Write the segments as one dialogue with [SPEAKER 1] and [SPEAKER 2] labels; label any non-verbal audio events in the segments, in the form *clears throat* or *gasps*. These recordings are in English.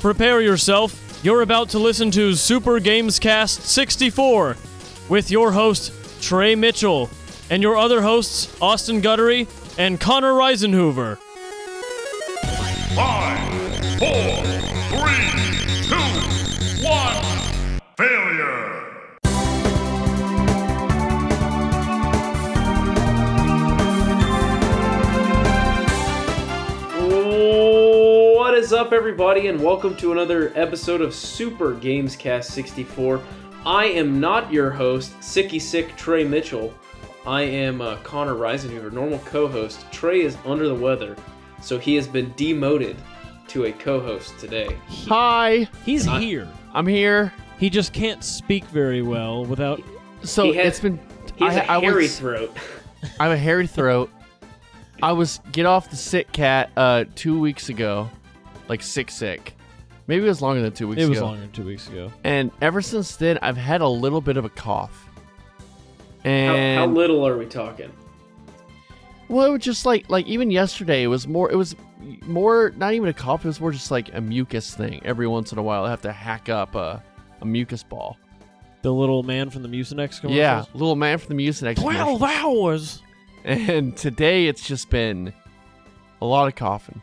[SPEAKER 1] prepare yourself. You're about to listen to Super Games Cast 64 with your host, Trey Mitchell, and your other hosts, Austin Guttery and Connor Reisenhoover.
[SPEAKER 2] Five, four, three, two, one. Failure.
[SPEAKER 3] What is up, everybody, and welcome to another episode of Super Games Cast 64. I am not your host, Sicky Sick Trey Mitchell. I am uh, Connor Reisenhuber, normal co host. Trey is under the weather, so he has been demoted to a co host today.
[SPEAKER 4] Hi,
[SPEAKER 1] He's
[SPEAKER 3] I-
[SPEAKER 1] here.
[SPEAKER 4] I'm here.
[SPEAKER 1] He just can't speak very well without.
[SPEAKER 4] So
[SPEAKER 3] He has-
[SPEAKER 4] it's been.
[SPEAKER 3] He has a
[SPEAKER 4] I- I
[SPEAKER 3] hairy
[SPEAKER 4] was-
[SPEAKER 3] throat.
[SPEAKER 4] I have a hairy throat. I was get off the sick cat uh two weeks ago, like sick sick. Maybe it was longer than two weeks
[SPEAKER 1] It was
[SPEAKER 4] ago.
[SPEAKER 1] longer than two weeks ago.
[SPEAKER 4] And ever since then, I've had a little bit of a cough.
[SPEAKER 3] How,
[SPEAKER 4] And
[SPEAKER 3] how little are we talking?
[SPEAKER 4] well, it was just like like even yesterday, it was more. It was more not even a cough. It was more just like a mucus thing. Every once in a while, I have to hack up a, a mucus ball.
[SPEAKER 1] The little man from the Mucinex commercials.
[SPEAKER 4] Yeah, little man from the Mucinex. commercial.
[SPEAKER 1] Twelve hours.
[SPEAKER 4] And today it's just been a lot of coughing.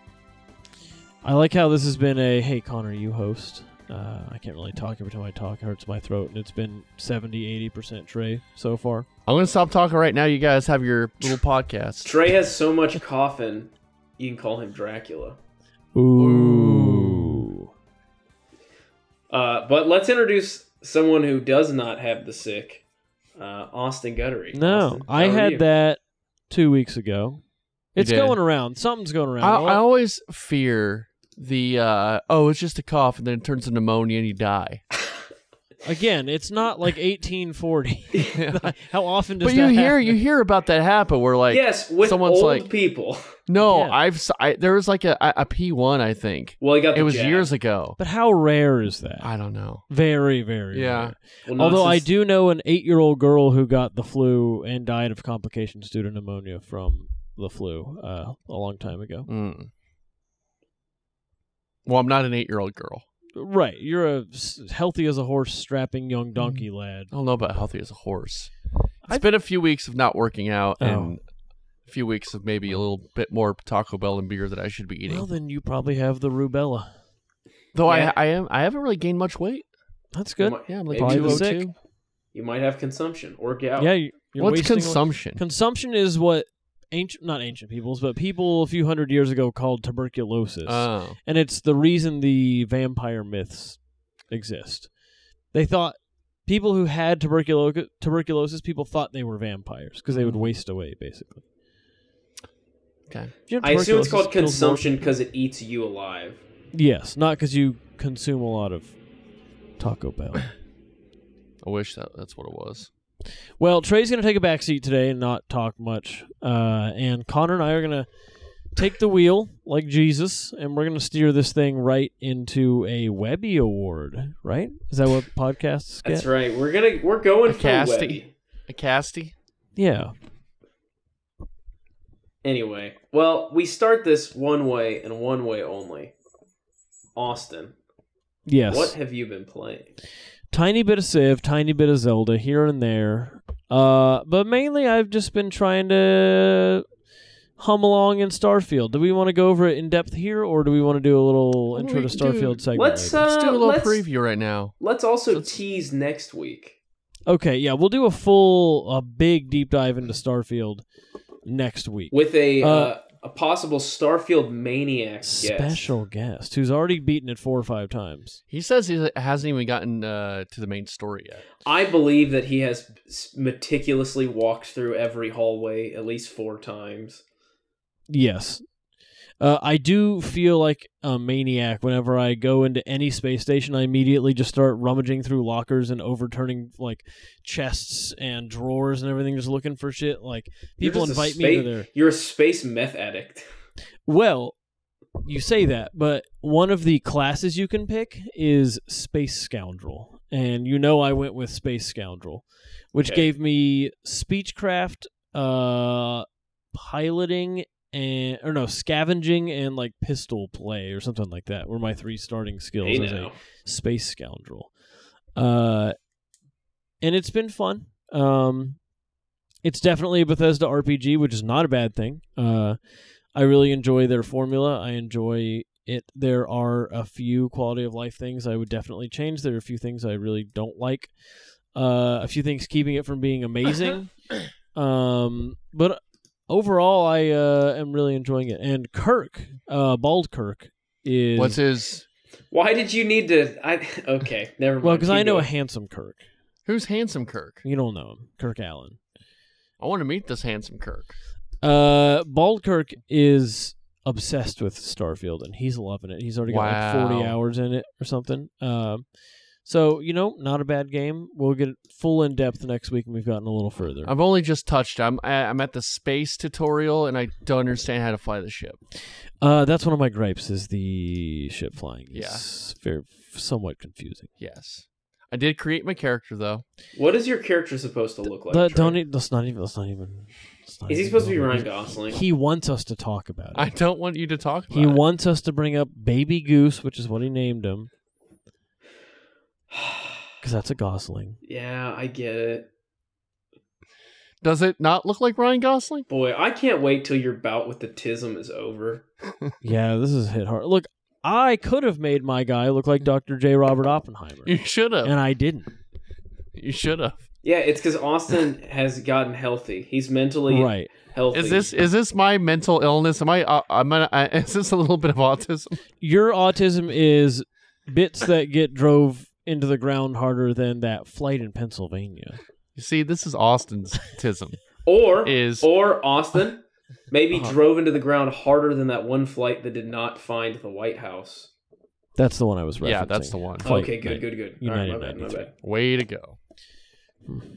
[SPEAKER 1] I like how this has been a hey Connor, you host. Uh, I can't really talk every time I talk; it hurts my throat, and it's been 70 80% Trey so far.
[SPEAKER 4] I'm gonna stop talking right now. You guys have your little podcast.
[SPEAKER 3] Trey has so much coughing, you can call him Dracula.
[SPEAKER 1] Ooh.
[SPEAKER 3] Uh, but let's introduce someone who does not have the sick, uh, Austin Guttery.
[SPEAKER 1] No,
[SPEAKER 3] Austin, how
[SPEAKER 1] I
[SPEAKER 3] are
[SPEAKER 1] had
[SPEAKER 3] you?
[SPEAKER 1] that two weeks ago.
[SPEAKER 4] You
[SPEAKER 1] It's
[SPEAKER 4] did.
[SPEAKER 1] going around. Something's going
[SPEAKER 4] I,
[SPEAKER 1] around.
[SPEAKER 4] I always fear the uh, oh, it's just a cough, and then it turns to pneumonia, and you die.
[SPEAKER 1] Again, it's
[SPEAKER 4] *laughs*
[SPEAKER 1] not like 1840.
[SPEAKER 4] but
[SPEAKER 1] *laughs* How often does
[SPEAKER 4] you
[SPEAKER 1] that
[SPEAKER 4] hear
[SPEAKER 1] happen?
[SPEAKER 4] you hear about that happen. Where like
[SPEAKER 3] yes, with
[SPEAKER 4] someone's
[SPEAKER 3] old
[SPEAKER 4] like-
[SPEAKER 3] people. *laughs*
[SPEAKER 4] no,
[SPEAKER 1] Yeah.
[SPEAKER 4] I've s- I, there was like a a P one I think.
[SPEAKER 3] Well, he got the
[SPEAKER 4] It was
[SPEAKER 3] jab.
[SPEAKER 4] years ago.
[SPEAKER 1] But how rare is that?
[SPEAKER 4] I don't know.
[SPEAKER 1] very, very.
[SPEAKER 4] Yeah.
[SPEAKER 1] rare.
[SPEAKER 3] Well, not
[SPEAKER 1] Although I
[SPEAKER 3] since-
[SPEAKER 1] do know an eight-year-old girl who got the flu and died of complications due to pneumonia from the flu uh, a long time ago.
[SPEAKER 4] Mm. Well, I'm not an eight year old girl.
[SPEAKER 1] Right, you're a s- healthy as a horse, strapping young
[SPEAKER 4] Mm.
[SPEAKER 1] donkey lad.
[SPEAKER 4] I don't know about healthy as a horse. It's
[SPEAKER 1] I-
[SPEAKER 4] been a few weeks of not working out
[SPEAKER 1] Oh.
[SPEAKER 4] and a few weeks of maybe a little bit more Taco Bell and beer that I should be eating.
[SPEAKER 1] Well, then you probably have the rubella.
[SPEAKER 4] Though
[SPEAKER 3] Yeah.
[SPEAKER 4] I I am I haven't really gained much weight.
[SPEAKER 1] That's good.
[SPEAKER 3] You might,
[SPEAKER 4] Yeah, I'm
[SPEAKER 3] Maybe
[SPEAKER 4] like
[SPEAKER 1] Probably
[SPEAKER 3] you,
[SPEAKER 1] the
[SPEAKER 4] 202.
[SPEAKER 1] sick.
[SPEAKER 3] you might have consumption or gout.
[SPEAKER 1] Yeah, you- you're
[SPEAKER 4] What's
[SPEAKER 1] wasting-
[SPEAKER 4] consumption?
[SPEAKER 1] Consumption is what ancient, not ancient peoples, but people a few hundred years ago called tuberculosis,
[SPEAKER 3] Uh.
[SPEAKER 4] oh.
[SPEAKER 1] and it's the reason the vampire myths exist. They thought people who had tuberculo- tuberculosis, people thought they were vampires because they
[SPEAKER 3] Mm.
[SPEAKER 1] would waste away, basically.
[SPEAKER 4] Okay.
[SPEAKER 1] If you have
[SPEAKER 3] I assume it's
[SPEAKER 1] tuberculosis,
[SPEAKER 3] called
[SPEAKER 1] it kills more-
[SPEAKER 3] consumption because it eats you alive.
[SPEAKER 1] Yes, not because you consume a lot of Taco Bell.
[SPEAKER 4] I wish that that's what it was.
[SPEAKER 1] Well, Trey's going to take a back seat today and not talk much. Uh, and Connor and I are going to take the wheel like Jesus, and we're going to steer this thing right into a Webby Award, right? Is that what podcasts get?
[SPEAKER 3] That's right. We're gonna we're going
[SPEAKER 4] A
[SPEAKER 3] for
[SPEAKER 4] casting.
[SPEAKER 3] Webby.
[SPEAKER 4] A casty?
[SPEAKER 1] Yeah.
[SPEAKER 3] Anyway, well, we start this one way and one way only. Austin,
[SPEAKER 1] Yes.
[SPEAKER 3] what have you been playing?
[SPEAKER 1] Tiny bit of Civ, tiny bit of Zelda here and there. Uh, but mainly I've just been trying to hum along in Starfield. Do we want to go over it in depth here, or do we want to do a little
[SPEAKER 4] Well,
[SPEAKER 1] intro to
[SPEAKER 4] we can do-
[SPEAKER 1] Starfield segment?
[SPEAKER 3] Let's
[SPEAKER 1] later?
[SPEAKER 3] uh,
[SPEAKER 4] Let's do a little
[SPEAKER 3] let's,
[SPEAKER 4] preview right now.
[SPEAKER 3] Let's also
[SPEAKER 4] Let's-
[SPEAKER 3] tease next week.
[SPEAKER 1] Okay, yeah, we'll do a full, a big deep dive into Starfield next week.
[SPEAKER 3] with a uh,
[SPEAKER 1] Uh,
[SPEAKER 3] a possible Starfield maniac guest.
[SPEAKER 1] Special guest who's already beaten it four or five times.
[SPEAKER 4] He says he hasn't even gotten uh, to the main story yet.
[SPEAKER 3] I believe that he has s- meticulously walked through every hallway at least four times.
[SPEAKER 1] Yes. Uh, I do feel like a maniac whenever I go into any space station. I immediately just start rummaging through lockers and overturning like chests and drawers and everything, just looking for shit. Like
[SPEAKER 3] You're
[SPEAKER 1] people
[SPEAKER 3] just a
[SPEAKER 1] invite me to
[SPEAKER 3] spa-
[SPEAKER 1] their
[SPEAKER 3] You're a space meth addict.
[SPEAKER 1] Well, you say that, but one of the classes you can pick is Space Scoundrel. And you know I went with Space Scoundrel, which
[SPEAKER 3] Okay.
[SPEAKER 1] gave me speechcraft, uh, piloting, and or no scavenging and like pistol play or something like that were my three starting skills
[SPEAKER 3] Hey
[SPEAKER 1] as a
[SPEAKER 3] now.
[SPEAKER 1] space scoundrel. Uh, and it's been fun. Um, it's definitely a Bethesda RPG, which is not a bad thing. Uh, I really enjoy their formula. I enjoy it. There are a few quality of life things I would definitely change. There are a few things I really don't like. Uh, a few things keeping it from being amazing. um, but overall, I uh, am really enjoying it. And Kirk, uh, Bald Kirk, is
[SPEAKER 4] What's his?
[SPEAKER 3] Why did you need to? I okay, never mind.
[SPEAKER 1] well because I
[SPEAKER 3] Keep
[SPEAKER 1] know a
[SPEAKER 3] going.
[SPEAKER 1] handsome Kirk.
[SPEAKER 4] Who's handsome Kirk?
[SPEAKER 1] You don't know him, Kirk Allen.
[SPEAKER 4] I want to meet this handsome Kirk.
[SPEAKER 1] Uh, Bald Kirk is obsessed with Starfield, and he's loving it. He's already got like forty
[SPEAKER 4] Wow.
[SPEAKER 1] hours in it or something. Um, so you know, not a bad game. We'll get full in depth next week, and we've gotten a little further.
[SPEAKER 4] I've only just touched. I'm I- I'm at the space tutorial and I don't understand how to fly the ship.
[SPEAKER 1] Uh, that's one of my gripes: is the ship flying.
[SPEAKER 4] Yeah.
[SPEAKER 1] It's very somewhat confusing.
[SPEAKER 4] Yes, I did create my character though.
[SPEAKER 3] What is your character supposed to look like?
[SPEAKER 1] Let-
[SPEAKER 3] Trey?
[SPEAKER 1] don't e- let's not even. Let's not even. let's not
[SPEAKER 3] Is he
[SPEAKER 1] even
[SPEAKER 3] supposed to
[SPEAKER 1] go
[SPEAKER 3] be
[SPEAKER 1] there.
[SPEAKER 3] Ryan Gosling?
[SPEAKER 1] He wants us to talk about it.
[SPEAKER 4] I don't want you to talk about.
[SPEAKER 1] He
[SPEAKER 4] *laughs* it.
[SPEAKER 1] wants us to bring up Baby Goose, which is what he named him, because that's a Gosling.
[SPEAKER 3] *sighs* yeah, I get it.
[SPEAKER 4] Does it not look like Ryan Gosling?
[SPEAKER 3] Boy, I can't wait till your bout with the tism is over.
[SPEAKER 1] Yeah, this is hit hard. Look, I could have made my guy look like Dr. J. Robert Oppenheimer,
[SPEAKER 4] You should have.
[SPEAKER 1] and I didn't.
[SPEAKER 4] You should have.
[SPEAKER 3] Yeah, it's because Austin has gotten healthy. He's mentally
[SPEAKER 1] Right?
[SPEAKER 3] healthy.
[SPEAKER 4] Is this is this my mental illness? Am I? Uh, *laughs* I'm gonna. I, is this a little bit of autism?
[SPEAKER 1] Your autism is bits that get drove into the ground harder than that flight in Pennsylvania.
[SPEAKER 4] You see, this is Austin's tism.
[SPEAKER 3] or
[SPEAKER 4] is-
[SPEAKER 1] *laughs*
[SPEAKER 3] or Austin maybe
[SPEAKER 1] Uh-huh.
[SPEAKER 3] drove into the ground harder than that one flight that did not find the White House?
[SPEAKER 1] That's the one I was referencing.
[SPEAKER 4] yeah, that's the one.
[SPEAKER 1] Flight
[SPEAKER 3] okay, good,
[SPEAKER 1] night-
[SPEAKER 3] good, good. All right,
[SPEAKER 1] United
[SPEAKER 3] my bad, my
[SPEAKER 1] 93.
[SPEAKER 3] bad,
[SPEAKER 4] Way to go.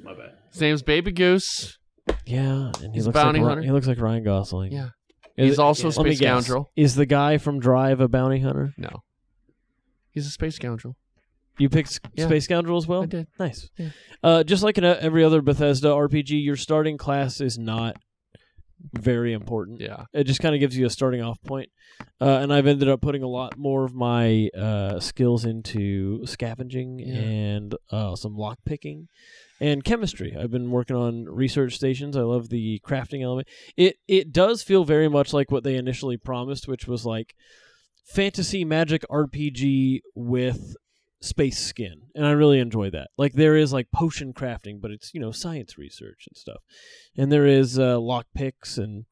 [SPEAKER 3] my bad.
[SPEAKER 4] His name's Baby Goose.
[SPEAKER 1] Yeah, and he
[SPEAKER 4] He's
[SPEAKER 1] looks like
[SPEAKER 4] bounty
[SPEAKER 1] Ri-
[SPEAKER 4] hunter.
[SPEAKER 1] he looks like Ryan Gosling.
[SPEAKER 4] Yeah.
[SPEAKER 1] Is
[SPEAKER 4] He's
[SPEAKER 1] it-
[SPEAKER 4] also a
[SPEAKER 3] yeah.
[SPEAKER 1] let me
[SPEAKER 4] space
[SPEAKER 1] guess.
[SPEAKER 4] scoundrel.
[SPEAKER 1] Is the guy from Drive a bounty hunter?
[SPEAKER 4] No, he's a space scoundrel.
[SPEAKER 1] You picked S-
[SPEAKER 4] Yeah.
[SPEAKER 1] Space Scoundrel as well?
[SPEAKER 4] I did.
[SPEAKER 1] Nice.
[SPEAKER 4] Yeah.
[SPEAKER 1] Uh, just like in uh every other Bethesda RPG, your starting class is not very important.
[SPEAKER 4] Yeah.
[SPEAKER 1] It just kind of gives you a starting off point. Uh, and I've ended up putting a lot more of my uh, skills into scavenging
[SPEAKER 4] Yeah.
[SPEAKER 1] and uh, some lock picking and chemistry. I've been working on research stations. I love the crafting element. It it does feel very much like what they initially promised, which was like fantasy magic RPG with space skin. And I really enjoy that. Like there is like potion crafting, but it's, you know, science research and stuff. And there is uh lock picks and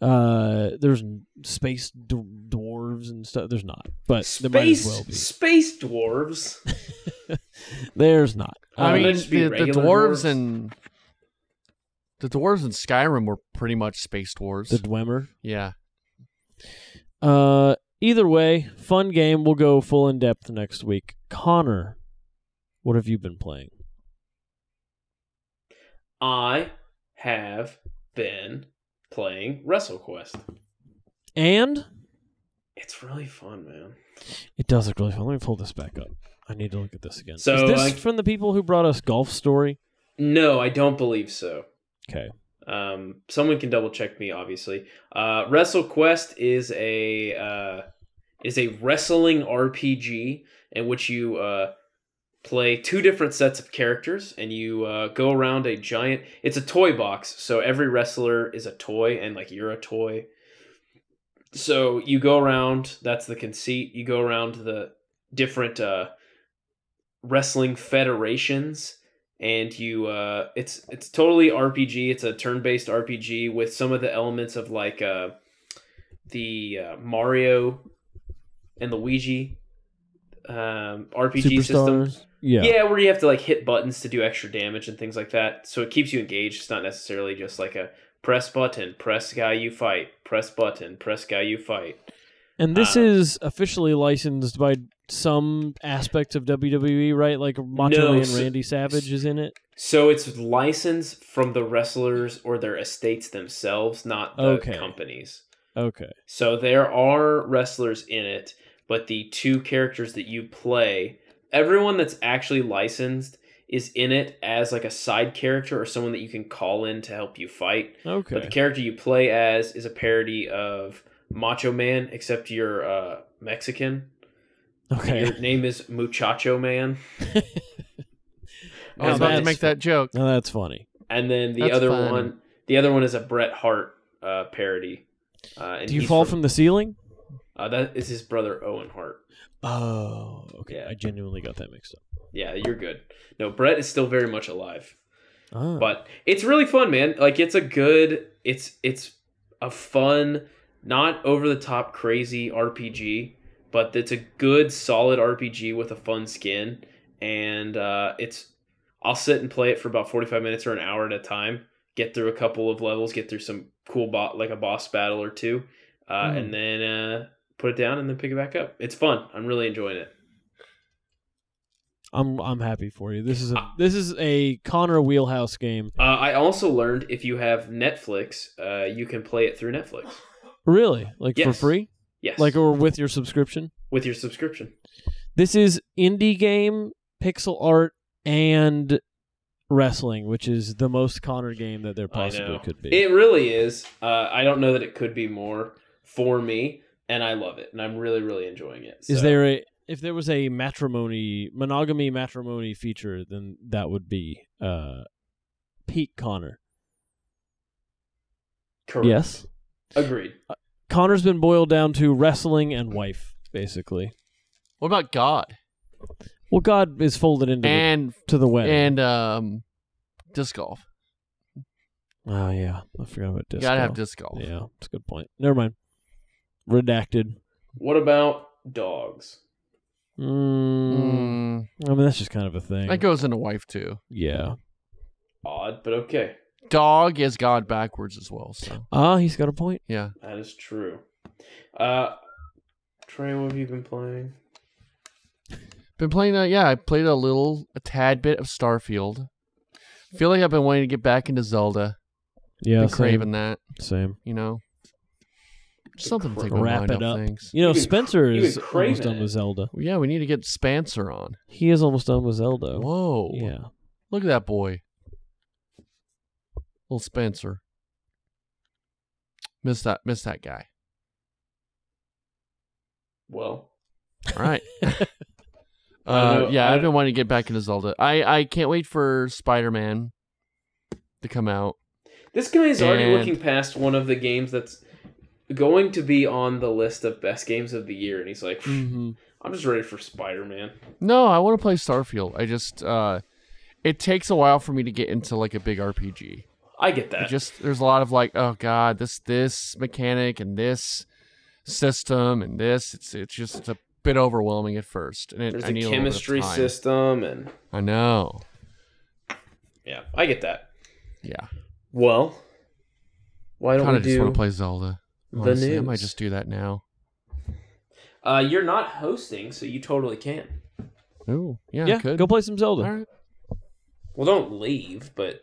[SPEAKER 1] uh there's space d- dwarves and stuff. There's not. But there might as
[SPEAKER 3] Space
[SPEAKER 1] well be.
[SPEAKER 3] space dwarves.
[SPEAKER 1] There's not.
[SPEAKER 4] I
[SPEAKER 1] Uh,
[SPEAKER 4] mean,
[SPEAKER 3] they'd just be
[SPEAKER 4] the, the
[SPEAKER 3] regular
[SPEAKER 4] dwarves
[SPEAKER 3] dwarves.
[SPEAKER 4] and the dwarves in Skyrim were pretty much space dwarves.
[SPEAKER 1] the Dwemer.
[SPEAKER 4] yeah,
[SPEAKER 1] Uh, either way, fun game. We'll go full in depth next week. Connor, what have you been playing?
[SPEAKER 3] I have been playing WrestleQuest.
[SPEAKER 1] And
[SPEAKER 3] It's really fun, man.
[SPEAKER 1] it does look really fun. Let me pull this back up. I need to look at this again.
[SPEAKER 3] So,
[SPEAKER 1] Is this
[SPEAKER 3] like-
[SPEAKER 1] from the people who brought us Golf Story?
[SPEAKER 3] No, I don't believe so.
[SPEAKER 1] Okay.
[SPEAKER 3] Um, someone can double check me, obviously. Uh, WrestleQuest is a uh, is a wrestling RPG in which you uh, play two different sets of characters, and you uh, go around a giant. It's a toy box, so every wrestler is a toy, and like you're a toy. So you go around. That's the conceit. You go around the different uh, wrestling federations and you uh it's it's totally rpg it's a turn-based rpg with some of the elements of like uh the uh, mario and luigi um rpg system
[SPEAKER 1] Superstars. Yeah.
[SPEAKER 3] yeah, where you have to like hit buttons to do extra damage and things like that. So it keeps you engaged. It's not necessarily just like a press button, press guy you fight, press button, press guy you fight.
[SPEAKER 1] And this
[SPEAKER 3] Uh,
[SPEAKER 1] is officially licensed by some aspects of WWE, right? Like Macho
[SPEAKER 3] No,
[SPEAKER 1] Man
[SPEAKER 3] s-
[SPEAKER 1] Randy Savage is in it.
[SPEAKER 3] So it's licensed from the wrestlers or their estates themselves, not the
[SPEAKER 1] Okay.
[SPEAKER 3] companies.
[SPEAKER 1] Okay.
[SPEAKER 3] So there are wrestlers in it, but the two characters that you play, everyone that's actually licensed is in it as like a side character or someone that you can call in to help you fight. But
[SPEAKER 1] Okay.
[SPEAKER 3] the character you play as is a parody of Macho Man, except you're uh, Mexican.
[SPEAKER 1] Okay. *laughs*
[SPEAKER 3] Your name is Muchacho Man.
[SPEAKER 4] I was
[SPEAKER 1] Now
[SPEAKER 4] about to
[SPEAKER 1] Oh, that's-
[SPEAKER 4] make that joke.
[SPEAKER 1] Now that's funny.
[SPEAKER 3] And then the
[SPEAKER 4] That's
[SPEAKER 3] other
[SPEAKER 4] fun.
[SPEAKER 3] one, the other one is a Bret Hart uh, parody. Uh, and
[SPEAKER 1] Do you
[SPEAKER 3] he's
[SPEAKER 1] fall from the ceiling?
[SPEAKER 3] Uh, that is his brother Owen Hart.
[SPEAKER 1] Oh, okay.
[SPEAKER 3] Yeah.
[SPEAKER 1] I genuinely got that mixed up.
[SPEAKER 3] Yeah, you're good. No, Brett is still very much alive.
[SPEAKER 1] Ah.
[SPEAKER 3] But it's really fun, man. Like it's a good it's it's a fun, not over the top crazy RPG, but it's a good solid RPG with a fun skin and uh it's I'll sit and play it for about 45 minutes or an hour at a time, get through a couple of levels, get through some cool bot like a boss battle or two, uh
[SPEAKER 1] Mm.
[SPEAKER 3] and then uh put it down and then pick it back up. It's fun. I'm really enjoying it.
[SPEAKER 1] I'm I'm happy for you. This is
[SPEAKER 3] Ah.
[SPEAKER 1] a this is a Connor wheelhouse game.
[SPEAKER 3] Uh, I also learned if you have Netflix, uh, you can play it through Netflix.
[SPEAKER 1] Really? Like for
[SPEAKER 3] Yes.
[SPEAKER 1] free?
[SPEAKER 3] Yes,
[SPEAKER 1] Like or with your subscription?
[SPEAKER 3] with your subscription.
[SPEAKER 1] This is indie game, pixel art, and wrestling, which is the most Connor game that there
[SPEAKER 3] I know.
[SPEAKER 1] possibly could be.
[SPEAKER 3] It really is. Uh, I don't know that it could be more for me, and I love it, and I'm really, really enjoying it.
[SPEAKER 1] Is
[SPEAKER 3] So-
[SPEAKER 1] there a if there was a matrimony monogamy matrimony feature, then that would be uh Pete Connor.
[SPEAKER 3] Correct.
[SPEAKER 1] Yes.
[SPEAKER 3] Agreed.
[SPEAKER 1] Connor's been boiled down to wrestling and wife, basically.
[SPEAKER 4] What about God
[SPEAKER 1] Well, God is folded into the,
[SPEAKER 4] and
[SPEAKER 1] to the wedding.
[SPEAKER 4] and um, disc golf?
[SPEAKER 1] oh yeah, I forgot about
[SPEAKER 4] You
[SPEAKER 1] disc.
[SPEAKER 4] gotta have
[SPEAKER 1] golf.
[SPEAKER 4] disc golf.
[SPEAKER 1] Yeah, that's a good point. Never mind. Redacted.
[SPEAKER 3] What about dogs?
[SPEAKER 1] Mm,
[SPEAKER 4] Mm,
[SPEAKER 1] I mean, that's just kind of a thing.
[SPEAKER 4] that goes into wife too.
[SPEAKER 1] yeah.
[SPEAKER 3] Odd, but okay.
[SPEAKER 4] Dog is God backwards as well. So
[SPEAKER 1] Ah, he's got a point.
[SPEAKER 4] yeah,
[SPEAKER 3] That is true. Uh, Trey, what have you been playing?
[SPEAKER 4] been playing. Uh, yeah, I played a little, a tad bit of Starfield. Feel like I've been wanting to get back into Zelda.
[SPEAKER 1] Yeah,
[SPEAKER 4] been
[SPEAKER 1] same.
[SPEAKER 4] craving that.
[SPEAKER 1] Same.
[SPEAKER 4] You know, Just something to
[SPEAKER 3] cra-
[SPEAKER 4] take my
[SPEAKER 1] Wrap
[SPEAKER 4] mind
[SPEAKER 1] it
[SPEAKER 4] off
[SPEAKER 1] up.
[SPEAKER 4] things.
[SPEAKER 1] You know,
[SPEAKER 3] You've been-
[SPEAKER 1] Spencer
[SPEAKER 3] you've been
[SPEAKER 1] is almost
[SPEAKER 3] craving
[SPEAKER 1] done
[SPEAKER 3] it.
[SPEAKER 1] with Zelda.
[SPEAKER 4] Yeah, we need to get Spencer on.
[SPEAKER 1] He is almost done with Zelda.
[SPEAKER 4] Whoa.
[SPEAKER 1] Yeah.
[SPEAKER 4] Look at that boy. Little Spencer. Miss that miss that guy.
[SPEAKER 3] Well, *laughs*
[SPEAKER 4] All right.
[SPEAKER 3] I
[SPEAKER 4] uh,
[SPEAKER 3] don't know-
[SPEAKER 4] yeah,
[SPEAKER 3] I
[SPEAKER 4] I've been
[SPEAKER 3] don't-
[SPEAKER 4] wanting to get back into Zelda. I, I can't wait for Spider Man to come out.
[SPEAKER 3] this guy is already
[SPEAKER 4] And-
[SPEAKER 3] looking past one of the games that's going to be on the list of best games of the year, and he's like,
[SPEAKER 1] hmm
[SPEAKER 3] I'm just ready for Spider Man.
[SPEAKER 4] No, I want to play Starfield. I just uh, it takes a while for me to get into like a big RPG.
[SPEAKER 3] I get that.
[SPEAKER 4] It just there's a lot of like, oh god, this this mechanic and this system and this. It's it's just it's a bit overwhelming at first. And it,
[SPEAKER 3] There's
[SPEAKER 4] I
[SPEAKER 3] a
[SPEAKER 4] need little bit of
[SPEAKER 3] chemistry
[SPEAKER 4] time.
[SPEAKER 3] system, and
[SPEAKER 4] I know.
[SPEAKER 3] yeah, I get that.
[SPEAKER 4] Yeah.
[SPEAKER 3] Well, why don't
[SPEAKER 4] Kind
[SPEAKER 3] we
[SPEAKER 4] of just want
[SPEAKER 3] do?
[SPEAKER 4] to play Zelda.
[SPEAKER 3] the
[SPEAKER 4] honestly. I might
[SPEAKER 3] news?
[SPEAKER 4] just do that now.
[SPEAKER 3] Uh, you're not hosting, so you totally can.
[SPEAKER 4] Ooh, yeah,
[SPEAKER 1] Yeah.
[SPEAKER 4] I could.
[SPEAKER 1] Go play some Zelda.
[SPEAKER 4] All right.
[SPEAKER 3] Well, don't leave, but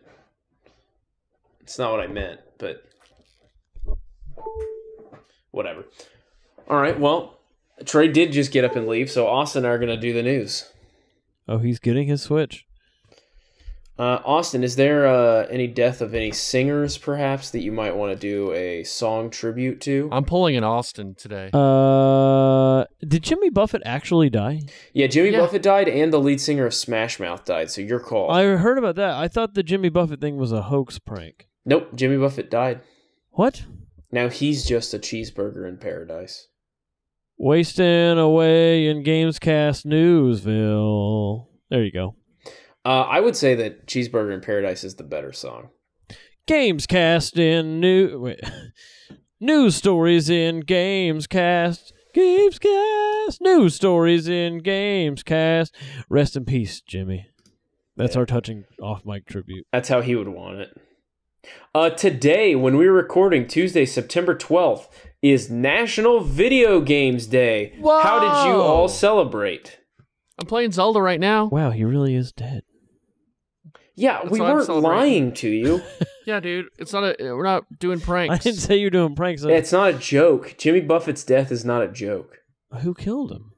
[SPEAKER 3] it's not what I meant. But whatever. All right. Well, Trey did just get up and leave, so Austin and I are gonna do the news.
[SPEAKER 1] Oh, he's getting his Switch.
[SPEAKER 3] Uh, Austin, is there uh, any death of any singers, perhaps, that you might want to do a song tribute to?
[SPEAKER 4] I'm pulling an Austin today.
[SPEAKER 1] Uh, did Jimmy Buffett actually die?
[SPEAKER 3] Yeah, Jimmy
[SPEAKER 4] Yeah.
[SPEAKER 3] Buffett died, and the lead singer of Smash Mouth died. So your call.
[SPEAKER 1] I heard about that. I thought the Jimmy Buffett thing was a hoax prank.
[SPEAKER 3] nope, Jimmy Buffett died.
[SPEAKER 1] What?
[SPEAKER 3] Now he's just a cheeseburger in paradise.
[SPEAKER 1] Wasting away in Gamescast Newsville. There you go.
[SPEAKER 3] Uh, I would say that Cheeseburger in Paradise is the better song.
[SPEAKER 1] Gamescast in new wait. *laughs* news stories in Gamescast. Gamescast news stories in Gamescast. Rest in peace, Jimmy. That's our touching off mic tribute.
[SPEAKER 3] That's how he would want it. Uh, today, when we're recording, Tuesday, September 12th, is National Video Games Day. How did you
[SPEAKER 4] Whoa.
[SPEAKER 3] all celebrate?
[SPEAKER 4] I'm playing Zelda right now.
[SPEAKER 1] Wow, he really is dead. *laughs*
[SPEAKER 3] Yeah, we
[SPEAKER 4] what I'm
[SPEAKER 3] weren't
[SPEAKER 4] celebrating.
[SPEAKER 3] lying to
[SPEAKER 4] *laughs*
[SPEAKER 3] you.
[SPEAKER 4] Yeah, dude. It's not a. We're not doing
[SPEAKER 1] I
[SPEAKER 4] pranks.
[SPEAKER 1] didn't say you're doing pranks. I-
[SPEAKER 3] it's not a joke. Jimmy Buffett's death is not a joke.
[SPEAKER 1] Who killed him?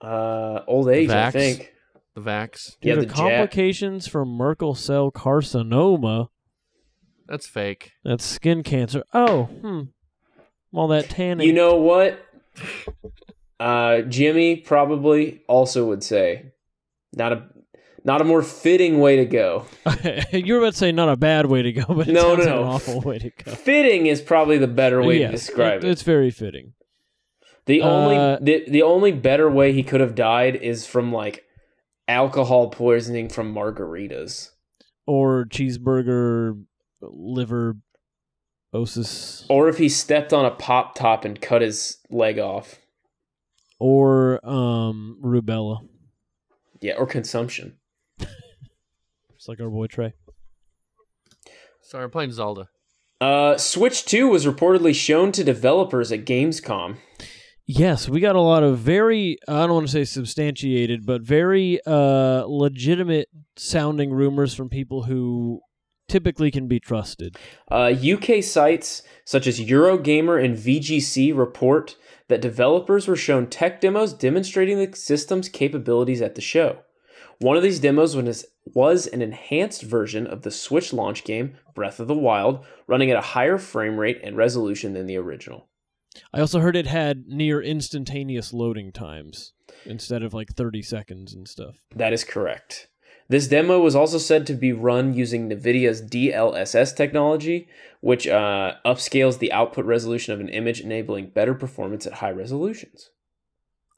[SPEAKER 3] Uh, old age, I
[SPEAKER 4] Vax.
[SPEAKER 3] think.
[SPEAKER 4] The vax.
[SPEAKER 1] Due
[SPEAKER 3] Yeah,
[SPEAKER 1] to
[SPEAKER 3] the jab.
[SPEAKER 1] complications from Merkel cell carcinoma,
[SPEAKER 4] That's fake.
[SPEAKER 1] that's skin cancer. Oh, hmm. All that tanning.
[SPEAKER 3] You know what? Uh, Jimmy probably also would say, not a not a more fitting way to go.
[SPEAKER 1] *laughs* you were about to say not a bad way to go, but it
[SPEAKER 3] No,
[SPEAKER 1] sounds
[SPEAKER 3] no,
[SPEAKER 1] like
[SPEAKER 3] no.
[SPEAKER 1] an awful way to go.
[SPEAKER 3] Fitting is probably the better way
[SPEAKER 1] Yes,
[SPEAKER 3] to describe it.
[SPEAKER 1] It's very fitting.
[SPEAKER 3] The only
[SPEAKER 1] Uh,
[SPEAKER 3] the, the only better way he could have died is from like alcohol poisoning from margaritas
[SPEAKER 1] Or cheeseburger, liver, osis,
[SPEAKER 3] or if he stepped on a pop top and cut his leg off.
[SPEAKER 1] or um, rubella.
[SPEAKER 3] Yeah, or consumption.
[SPEAKER 1] It's like our boy Trey.
[SPEAKER 4] Sorry, I'm playing Zelda.
[SPEAKER 3] Uh, Switch 2 was reportedly shown to developers at Gamescom.
[SPEAKER 1] Yes, we got a lot of very I don't want to say substantiated, but very uh legitimate sounding rumors from people who typically can be trusted.
[SPEAKER 3] Uh, UK sites such as Eurogamer and VGC report that developers were shown tech demos demonstrating the system's capabilities at the show. One of these demos was, was an enhanced version of the Switch launch game Breath of the Wild, running at a higher frame rate and resolution than the original.
[SPEAKER 1] I also heard it had near instantaneous loading times instead of like 30 seconds and stuff.
[SPEAKER 3] That is correct. This demo was also said to be run using NVIDIA's DLSS technology, which uh, upscales the output resolution of an image, enabling better performance at high resolutions.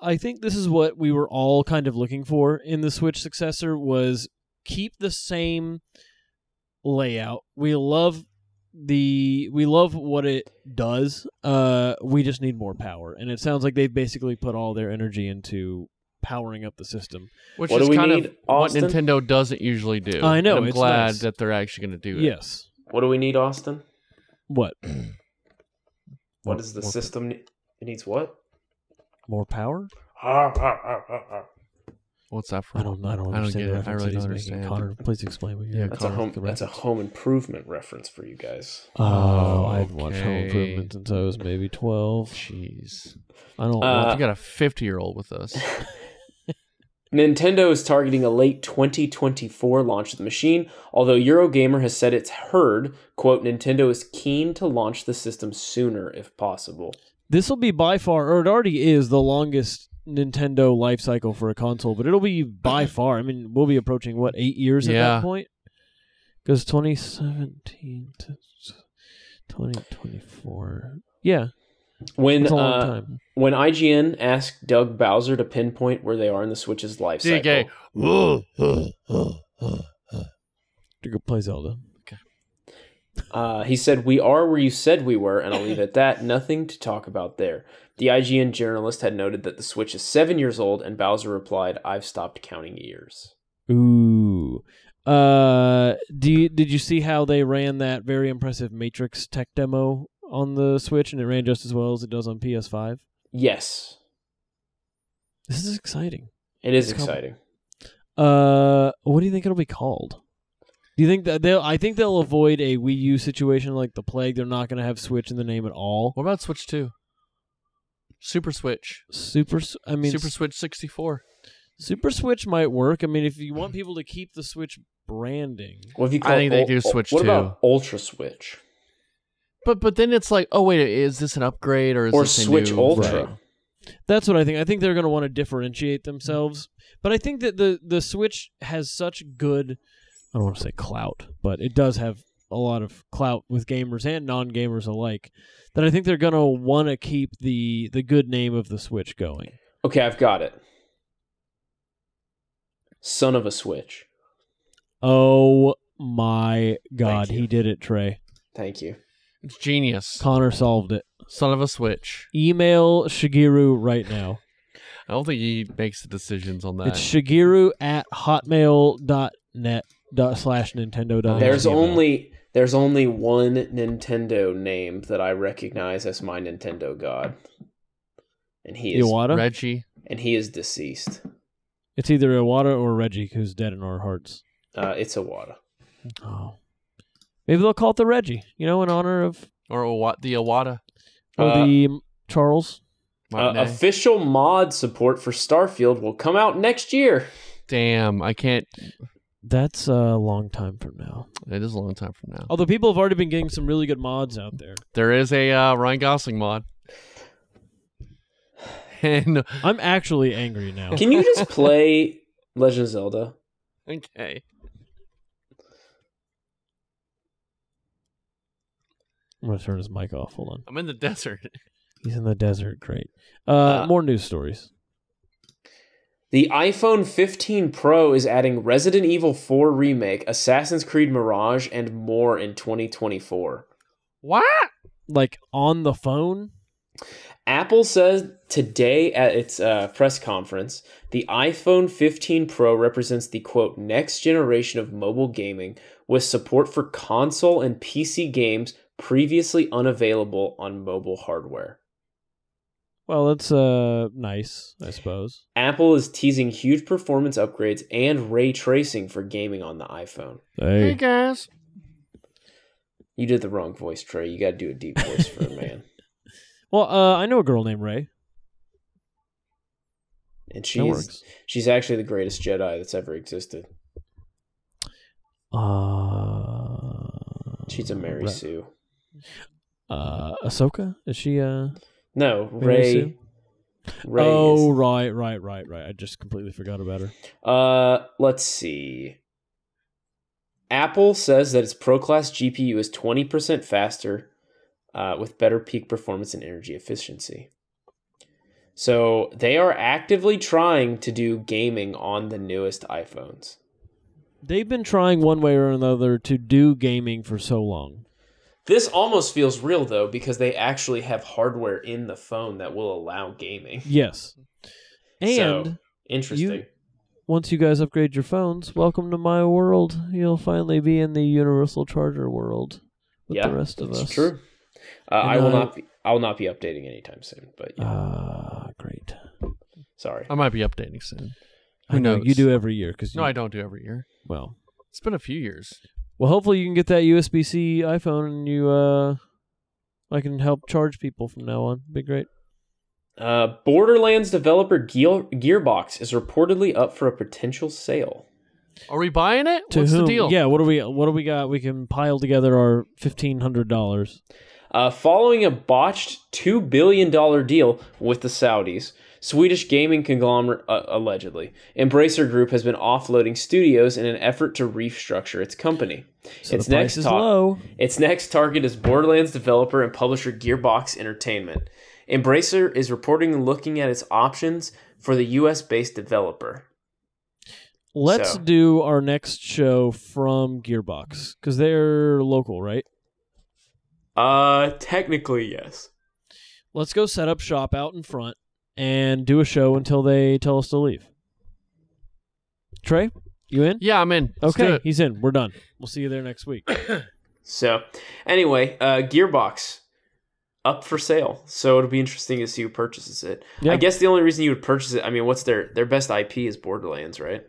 [SPEAKER 1] I think this is what we were all kind of looking for in the Switch successor was keep the same layout. We love the we love what it does. Uh we just need more power. And it sounds like they've basically put all their energy into powering up the system.
[SPEAKER 4] Which
[SPEAKER 3] What
[SPEAKER 4] is
[SPEAKER 3] do we
[SPEAKER 4] kind
[SPEAKER 3] need,
[SPEAKER 4] of what
[SPEAKER 3] Austin?
[SPEAKER 4] Nintendo doesn't usually do.
[SPEAKER 1] I know,
[SPEAKER 4] And I'm
[SPEAKER 1] it's
[SPEAKER 4] glad
[SPEAKER 1] nice.
[SPEAKER 4] that they're actually going to do it.
[SPEAKER 1] Yes.
[SPEAKER 3] What do we need, Austin?
[SPEAKER 4] *clears throat*
[SPEAKER 1] What?
[SPEAKER 3] What does the system need? It needs what?
[SPEAKER 1] More power?
[SPEAKER 4] What's that from?
[SPEAKER 1] I don't I don't
[SPEAKER 4] I don't
[SPEAKER 1] understand
[SPEAKER 4] get
[SPEAKER 1] the
[SPEAKER 4] it. I
[SPEAKER 1] reference that
[SPEAKER 4] really
[SPEAKER 1] he's
[SPEAKER 4] don't
[SPEAKER 1] making.
[SPEAKER 4] understand.
[SPEAKER 1] Connor, please explain what you're
[SPEAKER 4] Yeah,
[SPEAKER 3] That's a
[SPEAKER 4] Connor,
[SPEAKER 3] home.
[SPEAKER 4] the
[SPEAKER 3] That's a home improvement reference for you guys.
[SPEAKER 1] Oh, I've watched Home
[SPEAKER 4] Okay.
[SPEAKER 1] Improvement since I was maybe 12.
[SPEAKER 4] Jeez.
[SPEAKER 1] I don't
[SPEAKER 3] Uh,
[SPEAKER 4] we got a 50 year old with us.
[SPEAKER 3] Nintendo is targeting a late 2024 launch of the machine, although Eurogamer has said it's heard, quote, Nintendo is keen to launch the system sooner if possible.
[SPEAKER 1] this will be by far, or it already is, the longest Nintendo life cycle for a console. But it'll be by far. I mean, we'll be approaching what eight years at
[SPEAKER 4] Yeah.
[SPEAKER 1] that point. Because 2017 to 2024, yeah,
[SPEAKER 3] When
[SPEAKER 1] it's a long
[SPEAKER 3] uh,
[SPEAKER 1] time.
[SPEAKER 3] when IGN asked Doug Bowser to pinpoint where they are in the Switch's life cycle,
[SPEAKER 4] DK.
[SPEAKER 1] To go play Zelda.
[SPEAKER 3] Uh, he said, We are where you said we were, and I'll leave it at that. Nothing to talk about there. The IGN journalist had noted that the Switch is seven years old, and Bowser replied, I've stopped counting years.
[SPEAKER 1] Ooh. Uh, do you, did you see how they ran that very impressive Matrix tech demo on the Switch, and it ran just as well as it does on PS5?
[SPEAKER 3] Yes,
[SPEAKER 1] This is exciting.
[SPEAKER 3] it is
[SPEAKER 1] It's com-
[SPEAKER 3] exciting.
[SPEAKER 1] Uh, what do you think it'll be called? Do you think that they'll? I think they'll avoid a Wii U situation like the plague. They're not going to have Switch in the name at all.
[SPEAKER 4] What about Switch 2? Super Switch.
[SPEAKER 1] Super, S- I mean,
[SPEAKER 4] Super
[SPEAKER 1] S-
[SPEAKER 4] Switch 64.
[SPEAKER 1] Super Switch might work. I mean, if you want people to keep the Switch branding,
[SPEAKER 3] What have you
[SPEAKER 4] I
[SPEAKER 3] called
[SPEAKER 4] think they do Switch
[SPEAKER 3] What
[SPEAKER 4] too.
[SPEAKER 3] about Ultra Switch
[SPEAKER 4] But but then it's like, oh wait, is this an upgrade or is
[SPEAKER 3] or
[SPEAKER 4] this a
[SPEAKER 3] Switch
[SPEAKER 4] new-
[SPEAKER 3] Ultra?
[SPEAKER 1] Right. that's what I think. I think they're going to want to differentiate themselves. But I think that the the Switch has such good, I don't want to say clout, but it does have a lot of clout with gamers and non gamers alike. That I think they're going to want to keep the the good name of the Switch going.
[SPEAKER 3] Okay, I've got it. Son of a Switch.
[SPEAKER 1] Oh my god,
[SPEAKER 3] Thank you.
[SPEAKER 1] he did it, Trey.
[SPEAKER 3] Thank you.
[SPEAKER 4] It's genius.
[SPEAKER 1] Connor solved it.
[SPEAKER 4] Son of a Switch.
[SPEAKER 1] Email Shigeru right now.
[SPEAKER 4] I don't think he makes the decisions on that.
[SPEAKER 1] It's Shigeru at hotmail.net dot slash Nintendo. dot
[SPEAKER 3] There's
[SPEAKER 1] email.
[SPEAKER 3] only there's only one Nintendo name that I recognize as my Nintendo god, and he is
[SPEAKER 1] Iwata.
[SPEAKER 4] Reggie.
[SPEAKER 3] and he is deceased.
[SPEAKER 1] It's either Iwata or Reggie who's dead in our hearts.
[SPEAKER 3] Uh, it's Iwata.
[SPEAKER 1] Oh. Maybe they'll call it the Reggie, you know, in honor of
[SPEAKER 4] Or Iwa- the Iwata.
[SPEAKER 1] or
[SPEAKER 3] Uh,
[SPEAKER 1] the um, Charles.
[SPEAKER 3] Uh,
[SPEAKER 4] Martinet.
[SPEAKER 3] official mod support for Starfield will come out next year.
[SPEAKER 4] Damn, I can't.
[SPEAKER 1] That's a long time from now.
[SPEAKER 4] It is a long time from now.
[SPEAKER 1] Although people have already been getting some really good mods out there.
[SPEAKER 4] There is a uh, Ryan
[SPEAKER 1] *sighs*
[SPEAKER 4] Gosling mod. *laughs* And
[SPEAKER 1] I'm actually angry now.
[SPEAKER 3] Can you just play Legend of Zelda?
[SPEAKER 4] okay,
[SPEAKER 1] I'm gonna turn his mic off. Hold on.
[SPEAKER 4] I'm in the desert.
[SPEAKER 1] He's in the desert. Great. Uh,
[SPEAKER 3] Uh,
[SPEAKER 1] more news stories.
[SPEAKER 3] The iPhone 15 Pro is adding Resident Evil 4 Remake, Assassin's Creed Mirage, and more in 2024.
[SPEAKER 4] What?
[SPEAKER 1] Like on the phone.
[SPEAKER 3] Apple says today at its uh, press conference, the iPhone 15 Pro represents the quote next generation of mobile gaming with support for console and PC games previously unavailable on mobile hardware.
[SPEAKER 1] Well, that's uh nice, I suppose.
[SPEAKER 3] Apple is teasing huge performance upgrades and ray tracing for gaming on the iPhone.
[SPEAKER 4] Hey guys.
[SPEAKER 3] You did the wrong voice, Trey. You got to do a deep voice for
[SPEAKER 1] *laughs*
[SPEAKER 3] a man.
[SPEAKER 1] Well, uh, I know a girl named Ray.
[SPEAKER 3] And
[SPEAKER 1] That
[SPEAKER 3] she's
[SPEAKER 1] works.
[SPEAKER 3] she's actually the greatest Jedi that's ever existed.
[SPEAKER 1] Uh,
[SPEAKER 3] She's a Mary
[SPEAKER 1] Ra-
[SPEAKER 3] Sue.
[SPEAKER 1] Uh, Ahsoka? Is she? Uh...
[SPEAKER 3] No,
[SPEAKER 1] Mary
[SPEAKER 3] Ray.
[SPEAKER 1] Sue?
[SPEAKER 3] Ray is-
[SPEAKER 1] Oh, right, right, right, right. I just completely forgot about her.
[SPEAKER 3] Uh, let's see. Apple says that its Pro Class GPU is 20% faster uh, with better peak performance and energy efficiency. So they are actively trying to do gaming on the newest iPhones.
[SPEAKER 1] They've been trying one way or another to do gaming for so long.
[SPEAKER 3] This almost feels real though because they actually have hardware in the phone that will allow gaming. *laughs*
[SPEAKER 1] Yes. And
[SPEAKER 3] So- Interesting.
[SPEAKER 1] once you guys upgrade your phones, welcome to my world. You'll finally be in the universal charger world with
[SPEAKER 3] yeah,
[SPEAKER 1] the rest of
[SPEAKER 3] that's
[SPEAKER 1] us.
[SPEAKER 3] true. Uh, I
[SPEAKER 1] And,
[SPEAKER 3] will
[SPEAKER 1] uh,
[SPEAKER 3] not. Be, I will not be updating anytime soon. But yeah,
[SPEAKER 1] Ah, great.
[SPEAKER 3] sorry.
[SPEAKER 4] I might be updating soon.
[SPEAKER 1] I
[SPEAKER 4] Who
[SPEAKER 1] know
[SPEAKER 4] knows?
[SPEAKER 1] you do every year because
[SPEAKER 4] No, I don't do every year.
[SPEAKER 1] Well,
[SPEAKER 4] It's been a few years.
[SPEAKER 1] well, hopefully you can get that USB C iPhone and you uh, I can help charge people from now on. Be great.
[SPEAKER 3] Uh, Borderlands developer Gear- Gearbox is reportedly up for a potential sale.
[SPEAKER 4] Are we buying it?
[SPEAKER 1] To
[SPEAKER 4] What's
[SPEAKER 1] whom?
[SPEAKER 4] the deal?
[SPEAKER 1] Yeah. What do we? What do we got? We can pile together our fifteen hundred dollars.
[SPEAKER 3] Uh, following a botched $2 billion deal with the Saudis, Swedish gaming conglomerate, uh, allegedly, Embracer Group has been offloading studios in an effort to restructure its company.
[SPEAKER 1] So
[SPEAKER 3] its
[SPEAKER 1] the price is low.
[SPEAKER 3] Its next target is Borderlands developer and publisher Gearbox Entertainment. Embracer is reporting looking at its options for the US based developer.
[SPEAKER 1] Let's
[SPEAKER 3] So-
[SPEAKER 1] do our next show from Gearbox because they're local, right?
[SPEAKER 3] Uh, technically, yes.
[SPEAKER 1] Let's go set up shop out in front and do a show until they tell us to leave. Trey, you in?
[SPEAKER 4] Yeah, I'm in. Let's do
[SPEAKER 1] okay,
[SPEAKER 4] it.
[SPEAKER 1] he's in. We're done. We'll see you there next week.
[SPEAKER 3] So, anyway, uh, Gearbox up for sale. So it'll be interesting to see who purchases it.
[SPEAKER 1] Yeah.
[SPEAKER 3] I guess the only reason you would purchase it, I mean, what's their their best IP is Borderlands, right?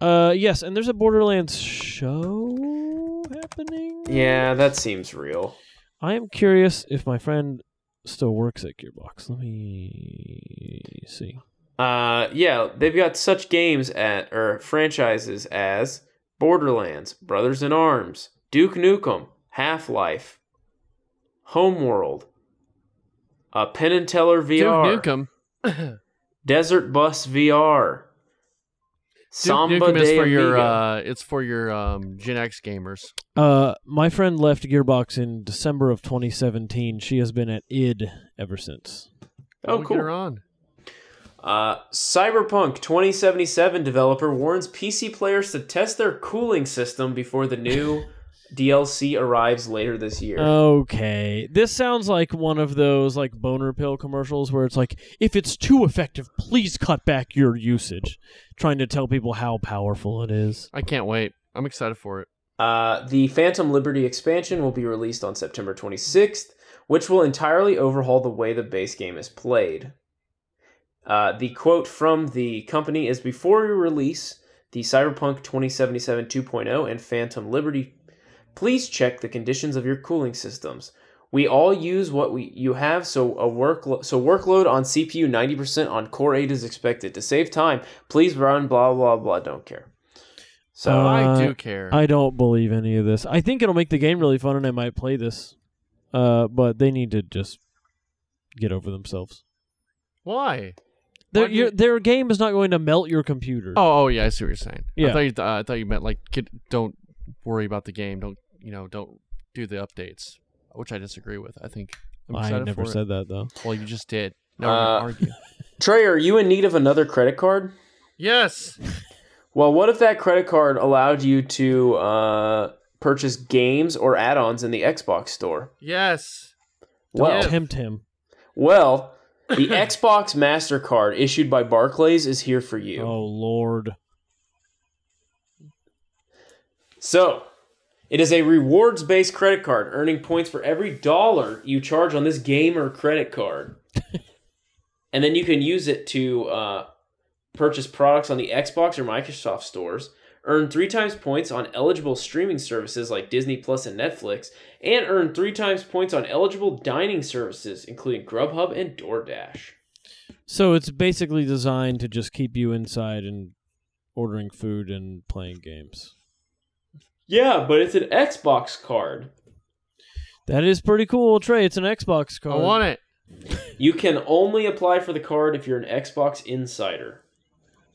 [SPEAKER 1] Uh, yes, and there's a Borderlands show happening.
[SPEAKER 3] Yeah, that seems real.
[SPEAKER 1] I am curious if my friend still works at Gearbox. Let me see.
[SPEAKER 3] Uh, yeah, they've got such games at or franchises as Borderlands, Brothers in Arms, Duke Nukem, Half Life, Homeworld, uh, Penn and Teller
[SPEAKER 4] Duke
[SPEAKER 3] VR,
[SPEAKER 4] Nukem.
[SPEAKER 3] Desert Bus VR,
[SPEAKER 4] Duke
[SPEAKER 3] Samba
[SPEAKER 4] Nukem is
[SPEAKER 3] de
[SPEAKER 4] for your.
[SPEAKER 3] Amiga.
[SPEAKER 4] Uh, it's for your um, Gen X gamers.
[SPEAKER 1] Uh, my friend left Gearbox in December of 2017. She has been at id ever since.
[SPEAKER 3] Oh,
[SPEAKER 4] We'll
[SPEAKER 3] cool.
[SPEAKER 4] Get her on.
[SPEAKER 3] Uh, Cyberpunk 2077 developer warns PC players to test their cooling system before the new *laughs* DLC arrives later this year.
[SPEAKER 1] Oh, Okay, this sounds like one of those like boner pill commercials where it's like, if it's too effective, please cut back your usage, trying to tell people how powerful it is.
[SPEAKER 4] I can't wait. I'm excited for it.
[SPEAKER 3] Uh, the Phantom Liberty expansion will be released on September 26th, which will entirely overhaul the way the base game is played. Uh, the quote from the company is Before we release the Cyberpunk 2077 2.0 and Phantom Liberty, please check the conditions of your cooling systems. We all use what we you have, so a workload so workload on CPU 90% on core 8 is expected. To save time, please run blah blah blah, don't care. So
[SPEAKER 1] Uh,
[SPEAKER 4] I do care.
[SPEAKER 1] I don't believe any of this. I think it'll make the game really fun, and I might play this. Uh, but they need to just get over themselves.
[SPEAKER 4] Why?
[SPEAKER 1] Their,
[SPEAKER 4] Why do
[SPEAKER 1] your,
[SPEAKER 4] you-
[SPEAKER 1] their game is not going to melt your computer.
[SPEAKER 4] Oh, oh yeah, I see what you're saying. I
[SPEAKER 1] Yeah.
[SPEAKER 4] thought you, uh, I thought you meant like get, don't worry about the game. Don't you know? Don't do the updates, which I disagree with. I think I'm
[SPEAKER 1] I
[SPEAKER 4] excited
[SPEAKER 1] never
[SPEAKER 4] for
[SPEAKER 1] said that though.
[SPEAKER 4] It. Well, you just did. Now we're gonna
[SPEAKER 3] Uh,
[SPEAKER 4] argue.
[SPEAKER 3] Trey, are you in need of another credit card?
[SPEAKER 4] yes.
[SPEAKER 3] Well, what if that credit card allowed you to uh, purchase games or add-ons in the Xbox store?
[SPEAKER 4] Yes.
[SPEAKER 3] Well,
[SPEAKER 4] Yeah.
[SPEAKER 1] Tempt him.
[SPEAKER 3] well, the *laughs* Xbox Mastercard issued by Barclays is here for you.
[SPEAKER 1] Oh lord.
[SPEAKER 3] So, it is a rewards based credit card, earning points for every dollar you charge on this game or credit card. and then you can use it to uh, purchase products on the Xbox or Microsoft stores, earn three times points on eligible streaming services like Disney Plus and Netflix, and earn three times points on eligible dining services, including Grubhub and DoorDash.
[SPEAKER 1] So it's basically designed to just keep you inside and ordering food and playing games.
[SPEAKER 3] Yeah, but it's an Xbox card.
[SPEAKER 1] That is pretty cool, Trey. It's an Xbox
[SPEAKER 4] I
[SPEAKER 1] card.
[SPEAKER 4] want it.
[SPEAKER 3] You can only apply for the card if you're an Xbox insider.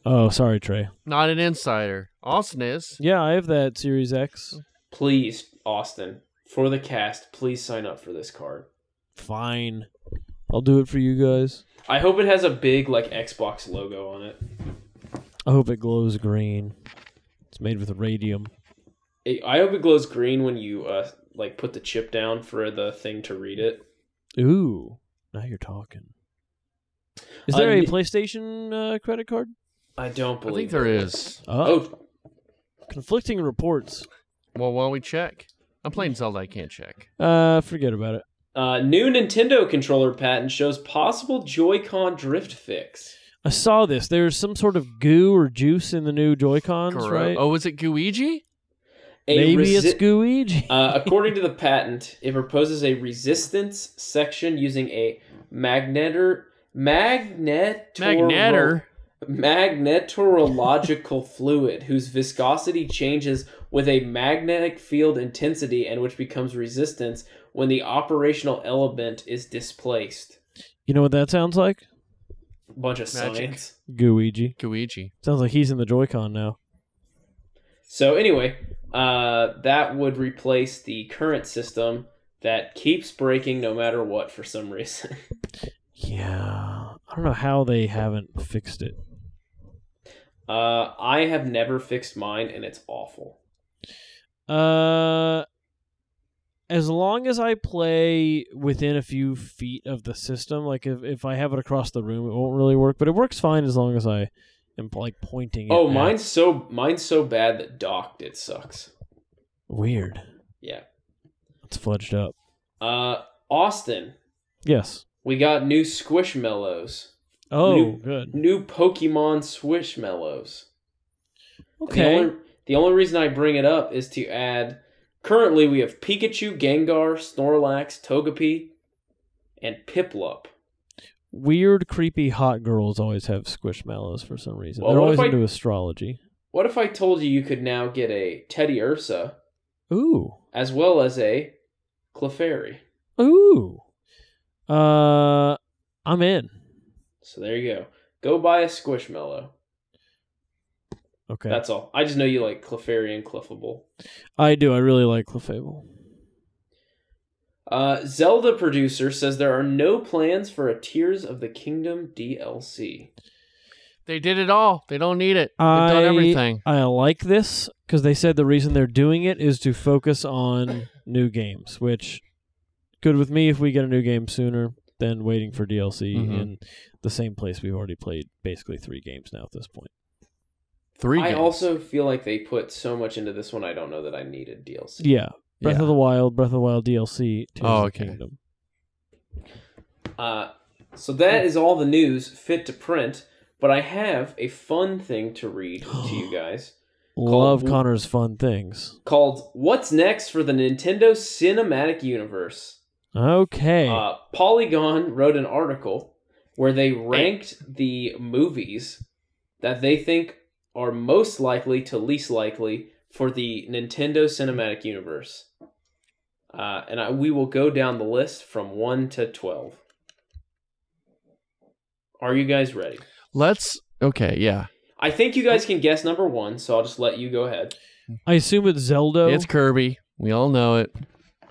[SPEAKER 1] Oh, sorry, Trey.
[SPEAKER 4] Not an insider. Austin is.
[SPEAKER 1] Yeah, I have that Series X.
[SPEAKER 3] please, Austin, for the cast, please sign up for this card.
[SPEAKER 1] Fine. I'll do it for you guys.
[SPEAKER 3] I hope it has a big like Xbox logo on it.
[SPEAKER 1] I hope it glows green. It's made with radium.
[SPEAKER 3] It- I hope it glows green when you uh like put the chip down for the thing to read it.
[SPEAKER 1] Ooh, now you're talking. Is
[SPEAKER 4] Uh,
[SPEAKER 1] there
[SPEAKER 3] I
[SPEAKER 1] a
[SPEAKER 3] ne-
[SPEAKER 1] PlayStation uh, credit card?
[SPEAKER 3] I don't
[SPEAKER 4] I
[SPEAKER 3] believe.
[SPEAKER 4] think
[SPEAKER 3] it.
[SPEAKER 4] there is.
[SPEAKER 1] Oh,
[SPEAKER 3] Oh,
[SPEAKER 1] conflicting reports.
[SPEAKER 4] Well, while we check, I'm playing Zelda. I can't check.
[SPEAKER 1] Uh, forget about it.
[SPEAKER 3] uh, new Nintendo controller patent shows possible Joy-Con drift fix.
[SPEAKER 1] I saw this. There's some sort of goo or juice in the new Joy Cons,
[SPEAKER 4] Goro-
[SPEAKER 1] right?
[SPEAKER 4] Oh, is it Guiji?
[SPEAKER 3] A
[SPEAKER 1] Maybe
[SPEAKER 3] resi-
[SPEAKER 1] it's Gooigi.
[SPEAKER 3] Uh, according to the patent, it proposes a resistance section using a magnetor magnetor
[SPEAKER 4] Magnetter.
[SPEAKER 3] magnetorological fluid whose viscosity changes with a magnetic field intensity and which becomes resistance when the operational element is displaced.
[SPEAKER 1] You know what that sounds like?
[SPEAKER 3] Bunch of
[SPEAKER 4] Magic.
[SPEAKER 3] science.
[SPEAKER 1] Gooigi.
[SPEAKER 4] Guiji.
[SPEAKER 1] Sounds like he's in the Joy-Con now.
[SPEAKER 3] So anyway, uh, that would replace the current system that keeps breaking no matter what for some reason. *laughs*
[SPEAKER 1] Yeah. I don't know how they haven't fixed it.
[SPEAKER 3] Uh, I have never fixed mine and it's awful.
[SPEAKER 1] Uh, as long as I play within a few feet of the system, like if, if I have it across the room, it won't really work. But it works fine as long as I am like pointing. It
[SPEAKER 3] Oh,
[SPEAKER 1] at-
[SPEAKER 3] mine's so mine's so bad that docked it sucks.
[SPEAKER 1] weird.
[SPEAKER 3] Yeah.
[SPEAKER 1] It's fudged up.
[SPEAKER 3] Uh, Austin,
[SPEAKER 1] Yes.
[SPEAKER 3] we got new Squishmallows.
[SPEAKER 1] Oh,
[SPEAKER 3] New-
[SPEAKER 1] good.
[SPEAKER 3] New Pokemon Swishmallows. The
[SPEAKER 1] Okay.
[SPEAKER 3] only, the only reason I bring it up is to add. Currently, we have Pikachu, Gengar, Snorlax, Togepi, and Piplup.
[SPEAKER 1] Weird, creepy, hot girls always have squishmallows for some reason.
[SPEAKER 3] Well,
[SPEAKER 1] They're
[SPEAKER 3] what if
[SPEAKER 1] always
[SPEAKER 3] I-
[SPEAKER 1] into astrology.
[SPEAKER 3] What if I told you you could now get a Teddy Ursa
[SPEAKER 1] Ooh,
[SPEAKER 3] as well as a Clefairy?
[SPEAKER 1] ooh. Uh, I'm in.
[SPEAKER 3] So there you go. Go buy a Squishmallow.
[SPEAKER 1] Okay,
[SPEAKER 3] That's all. I just know you like Clefairy and Clefable.
[SPEAKER 1] I do. I really like Clefable.
[SPEAKER 3] Uh, Zelda producer says there are no plans for a Tears of the Kingdom DLC.
[SPEAKER 4] They did it all. They don't need it. They've
[SPEAKER 1] I-
[SPEAKER 4] done everything.
[SPEAKER 1] I like this because they said the reason they're doing it is to focus on new games, which good with me if we get a new game sooner than waiting for DLC
[SPEAKER 3] Mm-hmm.
[SPEAKER 4] Mhm.
[SPEAKER 1] in the same place we've already played basically three games now at this point.
[SPEAKER 4] Three.
[SPEAKER 3] I
[SPEAKER 4] games.
[SPEAKER 3] also feel like they put so much into this one, I don't know that I needed DLC.
[SPEAKER 1] Yeah, Breath
[SPEAKER 4] Yeah.
[SPEAKER 1] of the Wild, Breath of the Wild DLC. Tears
[SPEAKER 4] Oh,
[SPEAKER 1] of the
[SPEAKER 4] okay.
[SPEAKER 1] Kingdom.
[SPEAKER 3] Uh, so that is all the news fit to print, but I have a fun thing to read to you guys
[SPEAKER 1] Love
[SPEAKER 3] Call-
[SPEAKER 1] Connor's fun things.
[SPEAKER 3] called What's Next for the Nintendo Cinematic Universe?
[SPEAKER 1] Okay.
[SPEAKER 3] Uh, Polygon wrote an article where they ranked the movies that they think are most likely to least likely for the Nintendo Cinematic Universe. Uh, and I, we will go down the list from 1 to 12. Are you guys ready?
[SPEAKER 4] Let's. Okay, yeah.
[SPEAKER 3] I think you guys can guess number 1, so I'll just let you go ahead.
[SPEAKER 1] I assume it's Zelda.
[SPEAKER 4] It's Kirby. We all know it.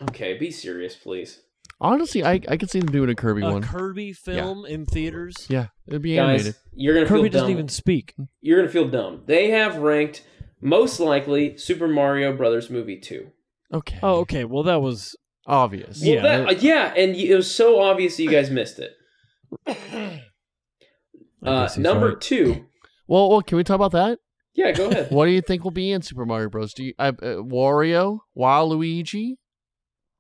[SPEAKER 3] Okay, be serious, please.
[SPEAKER 4] Honestly, I I could see them doing a Kirby
[SPEAKER 1] a
[SPEAKER 4] one.
[SPEAKER 1] Kirby film in theaters.
[SPEAKER 4] yeah, it'd be
[SPEAKER 3] Guys,
[SPEAKER 4] animated.
[SPEAKER 3] you're going to feel
[SPEAKER 1] Kirby
[SPEAKER 3] dumb.
[SPEAKER 1] doesn't even speak.
[SPEAKER 3] you're gonna feel dumb. They have ranked most likely Super Mario Brothers movie two.
[SPEAKER 4] Okay.
[SPEAKER 1] Oh, okay. Well, that was
[SPEAKER 4] Obvious.
[SPEAKER 1] Yeah.
[SPEAKER 3] Well, that- uh, yeah, and y- it was so obvious that you guys missed it.
[SPEAKER 1] I
[SPEAKER 3] Uh,
[SPEAKER 1] guess he's
[SPEAKER 3] number
[SPEAKER 1] right.
[SPEAKER 3] two,
[SPEAKER 4] Well, well, can we talk about that?
[SPEAKER 3] yeah, go
[SPEAKER 4] *laughs*
[SPEAKER 3] ahead.
[SPEAKER 4] What do you think will be in Super Mario Bros? Do you I, uh, Wario, Waluigi?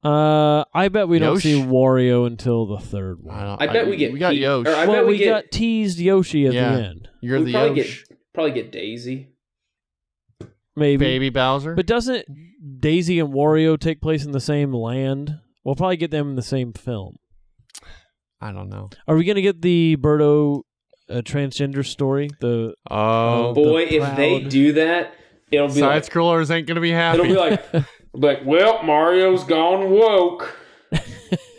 [SPEAKER 1] Uh, I bet we don't
[SPEAKER 4] Yosh?
[SPEAKER 1] see Wario until the third one.
[SPEAKER 4] I, don't-
[SPEAKER 3] I bet we get
[SPEAKER 4] We got
[SPEAKER 3] Pete-
[SPEAKER 4] Yosh.
[SPEAKER 3] or I
[SPEAKER 1] well,
[SPEAKER 3] bet we
[SPEAKER 1] we
[SPEAKER 3] get-
[SPEAKER 1] got teased Yoshi at
[SPEAKER 4] Yeah.
[SPEAKER 1] the end,
[SPEAKER 4] You're
[SPEAKER 3] we
[SPEAKER 4] the
[SPEAKER 3] probably
[SPEAKER 4] Yosh.
[SPEAKER 3] get probably get Daisy.
[SPEAKER 1] maybe.
[SPEAKER 4] Baby Bowser.
[SPEAKER 1] But doesn't Daisy and Wario take place in the same land? We'll probably get them in the same film.
[SPEAKER 4] I don't know.
[SPEAKER 1] Are we gonna get the Birdo uh, transgender story? The
[SPEAKER 4] Oh,
[SPEAKER 1] the
[SPEAKER 3] Boy, if they
[SPEAKER 1] proud-
[SPEAKER 3] do that, it'll be
[SPEAKER 4] side
[SPEAKER 3] like
[SPEAKER 4] scrollers ain't gonna be happy.
[SPEAKER 3] it'll be like like well, Mario's gone woke.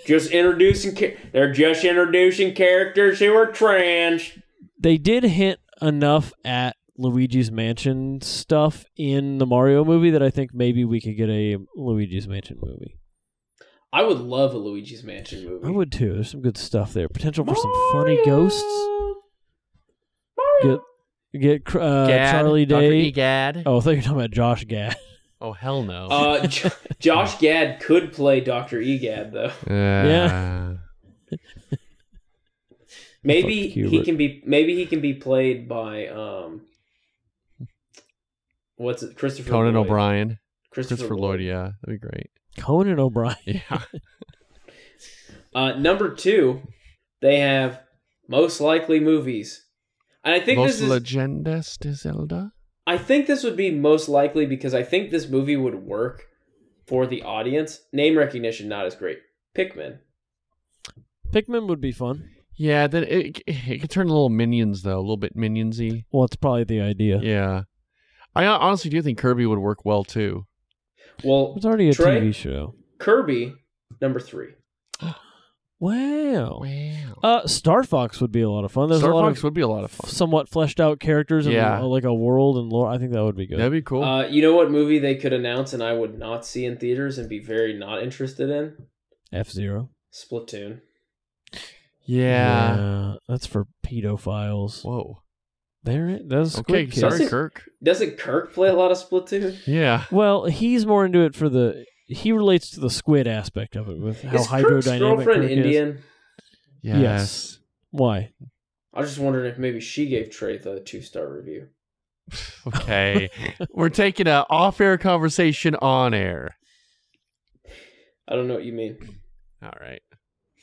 [SPEAKER 3] just introducing cha- they're just introducing characters who are trans.
[SPEAKER 1] they did hint enough at Luigi's Mansion stuff in the Mario movie that I think maybe we could get a Luigi's Mansion movie.
[SPEAKER 3] I would love a Luigi's Mansion movie.
[SPEAKER 1] I would too. There's some good stuff there. Potential for some funny ghosts. Get get cr- uh,
[SPEAKER 4] Gad,
[SPEAKER 1] Charlie
[SPEAKER 4] Dr.
[SPEAKER 1] Day.
[SPEAKER 4] Egad. Oh.
[SPEAKER 1] Oh, I thought you were talking about Josh Gad. *laughs*
[SPEAKER 4] hell no.
[SPEAKER 3] Uh,
[SPEAKER 4] *laughs*
[SPEAKER 3] J- Josh Gad could play Doctor Egad though.
[SPEAKER 1] yeah.
[SPEAKER 3] Maybe
[SPEAKER 1] Fuck you,
[SPEAKER 3] he
[SPEAKER 1] Rick.
[SPEAKER 3] can be. Maybe he can be played by um. What's it? Christopher
[SPEAKER 4] Conan
[SPEAKER 3] Lloyd.
[SPEAKER 4] O'Brien,
[SPEAKER 3] Christopher,
[SPEAKER 4] Christopher Lloyd. Yeah, that'd
[SPEAKER 3] *laughs*
[SPEAKER 4] be great.
[SPEAKER 1] Conan O'Brien.
[SPEAKER 4] Yeah.
[SPEAKER 3] Uh, number two, they have most likely movies, and I think
[SPEAKER 4] Los
[SPEAKER 3] this is.
[SPEAKER 4] Legendas de Zelda.
[SPEAKER 3] I think this would be most likely because I think this movie would work for the audience. Name recognition not as great. Pikmin.
[SPEAKER 1] Pikmin would be fun.
[SPEAKER 4] Yeah, then it it could turn a little minions though, a little bit minionsy.
[SPEAKER 1] Well, it's probably the idea.
[SPEAKER 4] Yeah, I hon- honestly do think Kirby would work well too.
[SPEAKER 3] Well,
[SPEAKER 1] It's already a
[SPEAKER 3] Trey?
[SPEAKER 1] TV show.
[SPEAKER 3] Kirby. Number three.
[SPEAKER 1] Wow.
[SPEAKER 4] Wow,
[SPEAKER 1] Uh, Star Fox would be a lot of fun. There's
[SPEAKER 4] Star
[SPEAKER 1] a lot
[SPEAKER 4] Fox
[SPEAKER 1] of
[SPEAKER 4] would be a lot of fun.
[SPEAKER 1] somewhat fleshed out characters and
[SPEAKER 4] Yeah.
[SPEAKER 1] uh, like a world and lore. I think that would be good.
[SPEAKER 4] That'd be cool.
[SPEAKER 3] Uh, you know what movie they could announce and I would not see in theaters and be very not interested in?
[SPEAKER 1] F Zero.
[SPEAKER 3] Splatoon.
[SPEAKER 4] yeah.
[SPEAKER 1] that's for pedophiles.
[SPEAKER 4] Whoa.
[SPEAKER 1] There, it that's Squid
[SPEAKER 4] Okay.
[SPEAKER 1] Kids.
[SPEAKER 4] Sorry,
[SPEAKER 3] Doesn't-
[SPEAKER 4] Kirk.
[SPEAKER 3] Doesn't Kirk play a lot of Splatoon?
[SPEAKER 4] Yeah.
[SPEAKER 1] Well, he's more into it for the. He relates to the squid aspect of it with how
[SPEAKER 3] is Kirk's
[SPEAKER 1] hydrodynamic
[SPEAKER 3] girlfriend
[SPEAKER 1] Kirk is.
[SPEAKER 3] Indian?
[SPEAKER 4] Yes.
[SPEAKER 1] Yes. Why?
[SPEAKER 3] I was just wondering if maybe she gave Trey the two star review.
[SPEAKER 4] *laughs* Okay. We're taking a off-air conversation on air.
[SPEAKER 3] I don't know what you mean.
[SPEAKER 4] All right.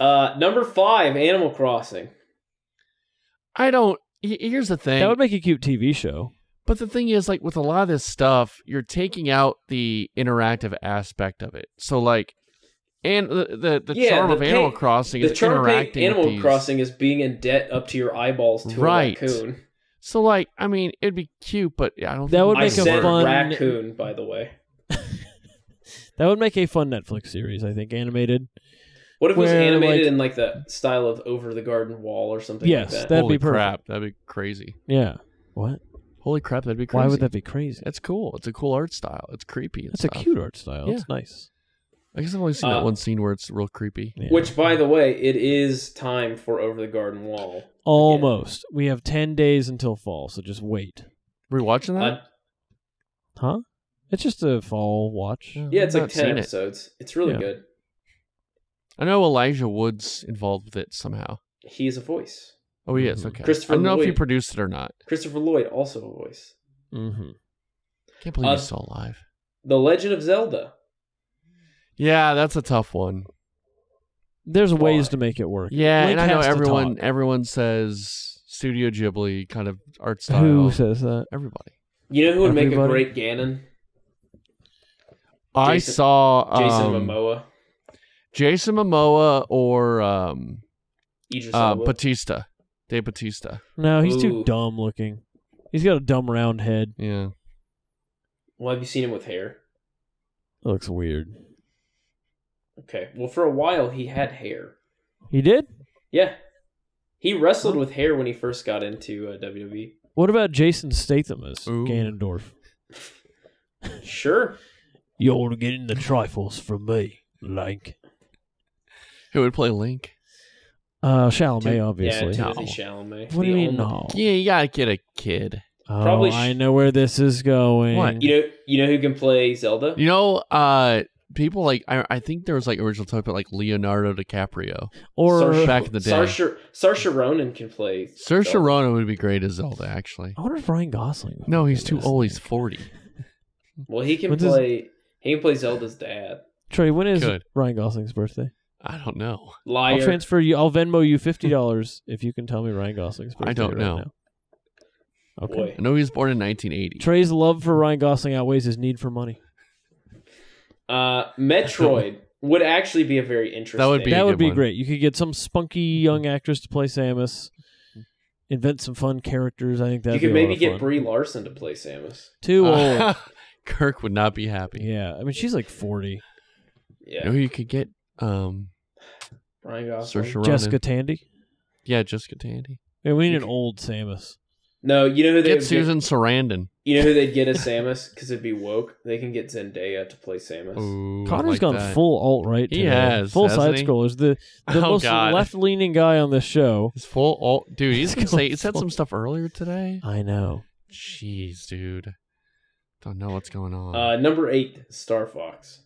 [SPEAKER 3] Uh, number five, Animal Crossing.
[SPEAKER 4] I don't. he- Here's the thing.
[SPEAKER 1] That would make a cute TV show.
[SPEAKER 4] But the thing is, like with a lot of this stuff, you're taking out the interactive aspect of it. So like, and the the, the
[SPEAKER 3] Yeah,
[SPEAKER 4] charm
[SPEAKER 3] the
[SPEAKER 4] of Animal
[SPEAKER 3] pa-
[SPEAKER 4] Crossing
[SPEAKER 3] The
[SPEAKER 4] is
[SPEAKER 3] charm of being
[SPEAKER 4] interacting. with
[SPEAKER 3] Animal
[SPEAKER 4] these-
[SPEAKER 3] Crossing is being in debt up to your eyeballs to
[SPEAKER 4] Right.
[SPEAKER 3] a raccoon.
[SPEAKER 4] So like, I mean, it'd be cute, but I don't.
[SPEAKER 1] That
[SPEAKER 4] think
[SPEAKER 1] would
[SPEAKER 4] it
[SPEAKER 3] I
[SPEAKER 1] make a
[SPEAKER 4] work.
[SPEAKER 3] said
[SPEAKER 1] fun-
[SPEAKER 3] raccoon, by the way.
[SPEAKER 1] That would make a fun Netflix series, I think, animated.
[SPEAKER 3] What if it was
[SPEAKER 1] Where,
[SPEAKER 3] animated
[SPEAKER 1] like-
[SPEAKER 3] in like the style of Over the Garden Wall or something
[SPEAKER 1] Yes,
[SPEAKER 3] like that?
[SPEAKER 1] that'd
[SPEAKER 4] Holy
[SPEAKER 1] be perfect.
[SPEAKER 4] crap! That'd be crazy.
[SPEAKER 1] Yeah. What?
[SPEAKER 4] Holy crap! That'd be crazy.
[SPEAKER 1] Why would that be crazy?
[SPEAKER 4] That's cool. It's a cool art style. It's creepy. and
[SPEAKER 1] That's a
[SPEAKER 4] stuff.
[SPEAKER 1] cute art style.
[SPEAKER 4] Yeah.
[SPEAKER 1] It's nice.
[SPEAKER 4] I guess I've only seen
[SPEAKER 3] Uh,
[SPEAKER 4] that one scene where it's real creepy.
[SPEAKER 1] Yeah.
[SPEAKER 3] Which, by the way, it is time for Over the Garden Wall.
[SPEAKER 1] almost. We have ten days until fall, so just wait.
[SPEAKER 4] Were you watching that?
[SPEAKER 3] Uh,
[SPEAKER 1] Huh? It's just a fall watch.
[SPEAKER 4] No,
[SPEAKER 3] yeah, it's
[SPEAKER 4] I've
[SPEAKER 3] like
[SPEAKER 4] not
[SPEAKER 3] ten
[SPEAKER 4] seen it.
[SPEAKER 3] episodes. It's really
[SPEAKER 1] Yeah.
[SPEAKER 3] good.
[SPEAKER 4] I know Elijah Woods involved with it somehow.
[SPEAKER 3] He is a voice.
[SPEAKER 4] Oh, he is
[SPEAKER 1] Mhm.
[SPEAKER 4] okay.
[SPEAKER 3] Christopher
[SPEAKER 4] I don't know if he
[SPEAKER 3] Lloyd.
[SPEAKER 4] produced it or not.
[SPEAKER 3] Christopher Lloyd also a voice.
[SPEAKER 1] Mm-hmm.
[SPEAKER 4] Can't believe
[SPEAKER 3] Uh,
[SPEAKER 4] he's still alive.
[SPEAKER 3] The Legend of Zelda.
[SPEAKER 4] Yeah, that's a tough one.
[SPEAKER 1] There's ways
[SPEAKER 3] Why?
[SPEAKER 1] to make it work.
[SPEAKER 4] Yeah,
[SPEAKER 1] Link
[SPEAKER 4] and I know
[SPEAKER 1] has to
[SPEAKER 4] everyone.
[SPEAKER 1] talk.
[SPEAKER 4] Everyone says Studio Ghibli kind of art style.
[SPEAKER 1] Who says that?
[SPEAKER 4] Everybody.
[SPEAKER 3] You know who would make a
[SPEAKER 1] Everybody.
[SPEAKER 3] great Ganon?
[SPEAKER 4] I
[SPEAKER 3] Jason-
[SPEAKER 4] saw um,
[SPEAKER 3] Jason Momoa.
[SPEAKER 4] Jason Momoa or um,
[SPEAKER 3] Idris
[SPEAKER 4] uh,
[SPEAKER 3] Elba.
[SPEAKER 4] Batista. Dave Batista.
[SPEAKER 1] No, he's
[SPEAKER 3] Ooh.
[SPEAKER 1] too dumb looking. He's got a dumb round head.
[SPEAKER 4] Yeah.
[SPEAKER 3] well, have you seen him with hair?
[SPEAKER 1] That looks weird.
[SPEAKER 3] Okay. Well, for a while he had hair.
[SPEAKER 1] He did?
[SPEAKER 3] Yeah. He wrestled with hair when he first got into uh, WWE.
[SPEAKER 1] What about Jason Statham as
[SPEAKER 4] Ooh.
[SPEAKER 1] Ganondorf?
[SPEAKER 3] Sure.
[SPEAKER 1] You're getting the trifles from me, Link.
[SPEAKER 4] Who would play Link?
[SPEAKER 1] Uh, Chalamet,
[SPEAKER 3] Tim-
[SPEAKER 1] obviously.
[SPEAKER 3] Yeah, Timothy
[SPEAKER 4] No.
[SPEAKER 3] Chalamet.
[SPEAKER 1] What do you
[SPEAKER 3] The
[SPEAKER 1] mean,
[SPEAKER 3] only-
[SPEAKER 1] no?
[SPEAKER 4] Yeah, you gotta get a kid.
[SPEAKER 1] Oh,
[SPEAKER 3] Probably sh-
[SPEAKER 1] I know where this is going.
[SPEAKER 4] What?
[SPEAKER 3] You know, you know who can play Zelda?
[SPEAKER 4] You know, uh, people like I, I think there was like original talk about like Leonardo DiCaprio.
[SPEAKER 1] Or
[SPEAKER 3] Saoirse-
[SPEAKER 4] back in the day.
[SPEAKER 3] Saoirse, Saoirse Ronan can play.
[SPEAKER 4] Saoirse
[SPEAKER 3] Zelda.
[SPEAKER 4] Ronan would be great as Zelda, actually.
[SPEAKER 1] I wonder if Ryan Gosling. would
[SPEAKER 4] No,
[SPEAKER 1] be
[SPEAKER 4] he's
[SPEAKER 1] in
[SPEAKER 4] too
[SPEAKER 1] this
[SPEAKER 4] old.
[SPEAKER 1] thing.
[SPEAKER 4] He's forty.
[SPEAKER 3] Well, he can
[SPEAKER 1] When's his-
[SPEAKER 3] play. He can play Zelda's dad.
[SPEAKER 1] Trey, when is
[SPEAKER 4] Good.
[SPEAKER 1] Ryan Gosling's birthday?
[SPEAKER 4] I don't know.
[SPEAKER 3] Liar.
[SPEAKER 1] I'll transfer you. I'll Venmo you fifty dollars if you can tell me Ryan Gosling's birthday.
[SPEAKER 4] I don't
[SPEAKER 1] right
[SPEAKER 4] know.
[SPEAKER 1] now. Okay.
[SPEAKER 3] Boy.
[SPEAKER 4] I know he was born in 1980.
[SPEAKER 1] Trey's love for Ryan Gosling outweighs his need for money.
[SPEAKER 3] Uh,
[SPEAKER 4] *laughs*
[SPEAKER 3] Metroid would actually be a very interesting.
[SPEAKER 4] That would be- a
[SPEAKER 1] that would
[SPEAKER 4] good
[SPEAKER 1] be
[SPEAKER 4] one.
[SPEAKER 1] great. You could get some spunky young actress to play Samus. Invent some fun characters. I think that
[SPEAKER 3] you could maybe get
[SPEAKER 1] fun.
[SPEAKER 3] Brie Larson to play Samus.
[SPEAKER 4] *laughs*
[SPEAKER 1] too old.
[SPEAKER 4] Kirk would not be happy.
[SPEAKER 1] yeah, I mean she's like forty.
[SPEAKER 3] Yeah.
[SPEAKER 4] You know who you could get? Um,
[SPEAKER 3] Ryan Gosling.
[SPEAKER 4] Saoirse Ronan.
[SPEAKER 1] Jessica Tandy.
[SPEAKER 4] Yeah, Jessica Tandy.
[SPEAKER 1] Man, we need an old Samus.
[SPEAKER 3] No, you know who they
[SPEAKER 4] Get
[SPEAKER 3] would get,
[SPEAKER 4] Susan Sarandon.
[SPEAKER 3] you know who they'd
[SPEAKER 4] *laughs*
[SPEAKER 3] get as Samus because it'd be woke. They can get Zendaya to play Samus.
[SPEAKER 4] Ooh, I
[SPEAKER 1] Connor's
[SPEAKER 4] like
[SPEAKER 1] gone
[SPEAKER 4] that.
[SPEAKER 1] full alt right.
[SPEAKER 4] He has,
[SPEAKER 1] full side
[SPEAKER 4] hasn't he?
[SPEAKER 1] scrollers. The the
[SPEAKER 4] Oh,
[SPEAKER 1] most
[SPEAKER 4] God.
[SPEAKER 1] left leaning guy on this show.
[SPEAKER 4] He's full. All, dude, he's
[SPEAKER 1] *laughs* He's
[SPEAKER 4] gonna
[SPEAKER 1] gone
[SPEAKER 4] say he said
[SPEAKER 1] full-
[SPEAKER 4] some stuff earlier today.
[SPEAKER 1] I know.
[SPEAKER 4] Jeez, dude. Don't know what's going on.
[SPEAKER 3] Uh, number eight, Star Fox.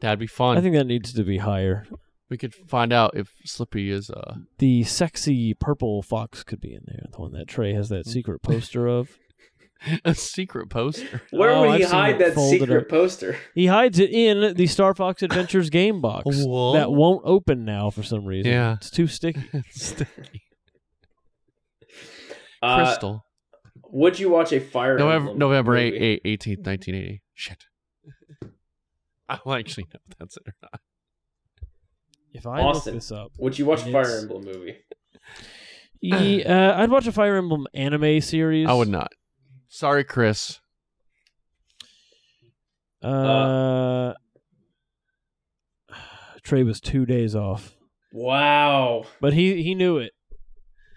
[SPEAKER 4] That'd be fun.
[SPEAKER 1] I think that needs to be higher.
[SPEAKER 4] we could find out if Slippy is uh *laughs*
[SPEAKER 1] The sexy purple fox could be in there. The one that Trey has that secret poster
[SPEAKER 4] *laughs*
[SPEAKER 1] of.
[SPEAKER 4] a secret poster. *laughs*
[SPEAKER 3] Where
[SPEAKER 1] Oh,
[SPEAKER 3] would he
[SPEAKER 1] I've seen
[SPEAKER 3] hide
[SPEAKER 1] it
[SPEAKER 3] that
[SPEAKER 1] folded
[SPEAKER 3] secret
[SPEAKER 1] up.
[SPEAKER 3] poster?
[SPEAKER 1] He hides it in the Star Fox Adventures game
[SPEAKER 4] *coughs*
[SPEAKER 1] box
[SPEAKER 4] Whoa.
[SPEAKER 1] that won't open now for some reason.
[SPEAKER 4] Yeah.
[SPEAKER 1] it's too sticky.
[SPEAKER 4] Sticky.
[SPEAKER 3] Uh,
[SPEAKER 4] Crystal.
[SPEAKER 3] Would you watch a Fire
[SPEAKER 4] November
[SPEAKER 3] Emblem
[SPEAKER 4] November 8,
[SPEAKER 3] movie?
[SPEAKER 4] 18th, 1980. Shit. *laughs* I don't actually know if that's it or not.
[SPEAKER 1] If I
[SPEAKER 3] Austin.
[SPEAKER 1] look this up,
[SPEAKER 3] Would you watch a
[SPEAKER 1] And
[SPEAKER 3] Fire
[SPEAKER 1] it's-
[SPEAKER 3] Emblem movie?
[SPEAKER 1] Ye- uh, I'd watch a Fire Emblem anime series.
[SPEAKER 4] I would not. Sorry, Chris.
[SPEAKER 1] Uh, *sighs* Trey was two days off,
[SPEAKER 3] Wow.
[SPEAKER 1] but he he knew it.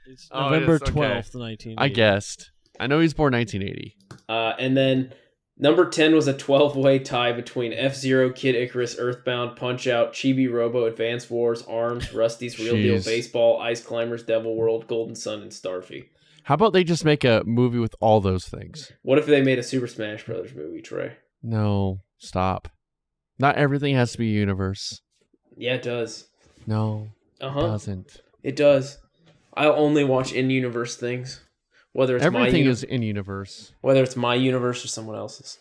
[SPEAKER 1] It's
[SPEAKER 4] Oh, it
[SPEAKER 1] November
[SPEAKER 4] is, okay.
[SPEAKER 1] twelfth, nineteen.
[SPEAKER 4] I guessed. I know he's born 1980.
[SPEAKER 3] Uh, and then number 10 was a 12 way tie between F Zero, Kid Icarus, Earthbound, Punch Out, Chibi Robo, Advance Wars, Arms, Rusty's Real Deal
[SPEAKER 4] Jeez.
[SPEAKER 3] Baseball, Ice Climbers, Devil World, Golden Sun, and Starfy.
[SPEAKER 4] How about they just make a movie with all those things?
[SPEAKER 3] What if they made a Super Smash Brothers movie, Trey?
[SPEAKER 4] No, stop. Not everything has to be a universe.
[SPEAKER 3] Yeah, it does.
[SPEAKER 4] No,
[SPEAKER 3] Uh
[SPEAKER 4] it
[SPEAKER 3] huh.
[SPEAKER 4] doesn't.
[SPEAKER 3] It does. I only watch in universe things, whether it's my
[SPEAKER 4] Everything
[SPEAKER 3] uni-
[SPEAKER 4] is in universe.
[SPEAKER 3] whether it's my universe or someone else's.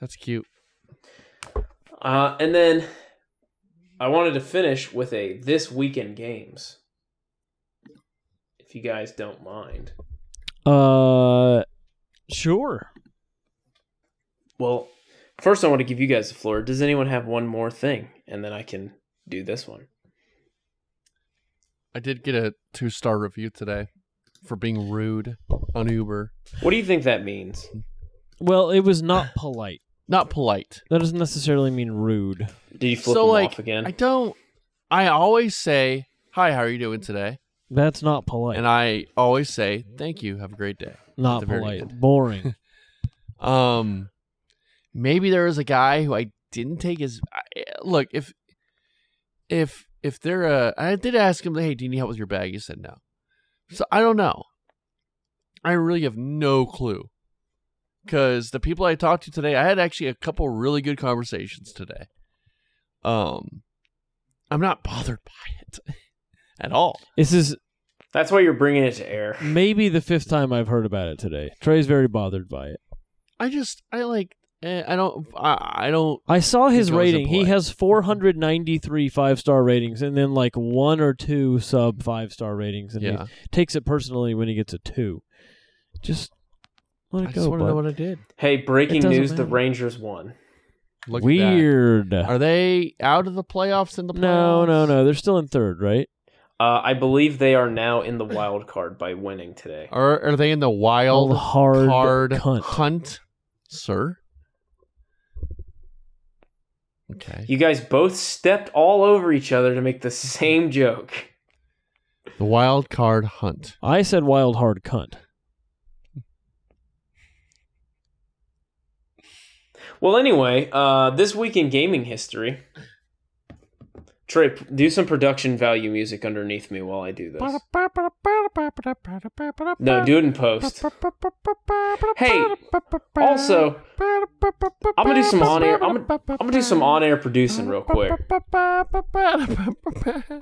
[SPEAKER 4] That's cute.
[SPEAKER 3] Uh, and then I wanted to finish with a this weekend games, if you guys don't mind.
[SPEAKER 1] Uh, sure.
[SPEAKER 3] Well, first I want to give you guys the floor. Does anyone have one more thing, and then I can do this one?
[SPEAKER 4] I did get a two star review today for being rude on Uber.
[SPEAKER 3] What do you think that means?
[SPEAKER 1] Well, it was
[SPEAKER 4] *laughs*
[SPEAKER 1] not polite.
[SPEAKER 4] Not polite.
[SPEAKER 1] That doesn't necessarily mean rude.
[SPEAKER 3] Did you flip
[SPEAKER 4] so
[SPEAKER 3] them
[SPEAKER 4] like
[SPEAKER 3] off again?
[SPEAKER 4] I don't I always say, Hi, how are you doing today?
[SPEAKER 1] That's not polite.
[SPEAKER 4] And I always say, Thank you, have a great day. at
[SPEAKER 1] not
[SPEAKER 4] the very
[SPEAKER 1] polite.
[SPEAKER 4] end. *laughs*
[SPEAKER 1] Boring.
[SPEAKER 4] Um maybe there was a guy who I didn't take his I, look, if if if they're a I did ask him, Hey, do you need help with your bag? He said no. So I don't know. I really have no clue. Cause the people I talked to today, I had actually a couple really good conversations today. Um I'm not bothered by it *laughs* at all.
[SPEAKER 1] this is
[SPEAKER 3] That's why you're bringing it to air.
[SPEAKER 1] maybe the fifth time I've heard about it today. Trey's very bothered by it.
[SPEAKER 4] I just I like eh, I don't I, I don't
[SPEAKER 1] I saw his
[SPEAKER 4] It goes
[SPEAKER 1] rating. He
[SPEAKER 4] impolite.
[SPEAKER 1] has 493 five star ratings and then like one or two sub five star ratings. And
[SPEAKER 4] yeah.
[SPEAKER 1] he takes it personally when he gets a two. Just let
[SPEAKER 4] I
[SPEAKER 1] it
[SPEAKER 4] just
[SPEAKER 1] go.
[SPEAKER 4] want to know
[SPEAKER 1] bud.
[SPEAKER 4] what I did.
[SPEAKER 3] Hey, breaking
[SPEAKER 1] It doesn't
[SPEAKER 3] news: the
[SPEAKER 1] matter.
[SPEAKER 3] Rangers won.
[SPEAKER 4] Look at that.
[SPEAKER 1] Weird.
[SPEAKER 4] Are they out of the playoffs in the playoffs?
[SPEAKER 1] No, no, no. They're still in third, right?
[SPEAKER 3] Uh, I believe they are now in the wild card by winning today.
[SPEAKER 4] Or are they in the wild
[SPEAKER 1] Old hard
[SPEAKER 4] card
[SPEAKER 1] cunt.
[SPEAKER 4] hunt, sir? Okay.
[SPEAKER 3] You guys both stepped all over each other to make the same joke.
[SPEAKER 4] The wild card hunt.
[SPEAKER 1] I said wild hard cunt.
[SPEAKER 3] Well, anyway, uh, this week in gaming history, Trey, p- do some production value music underneath me while I do this. No, do it in post. Hey, also, I'm gonna do some on air. I'm gonna, I'm gonna do some on air producing real quick.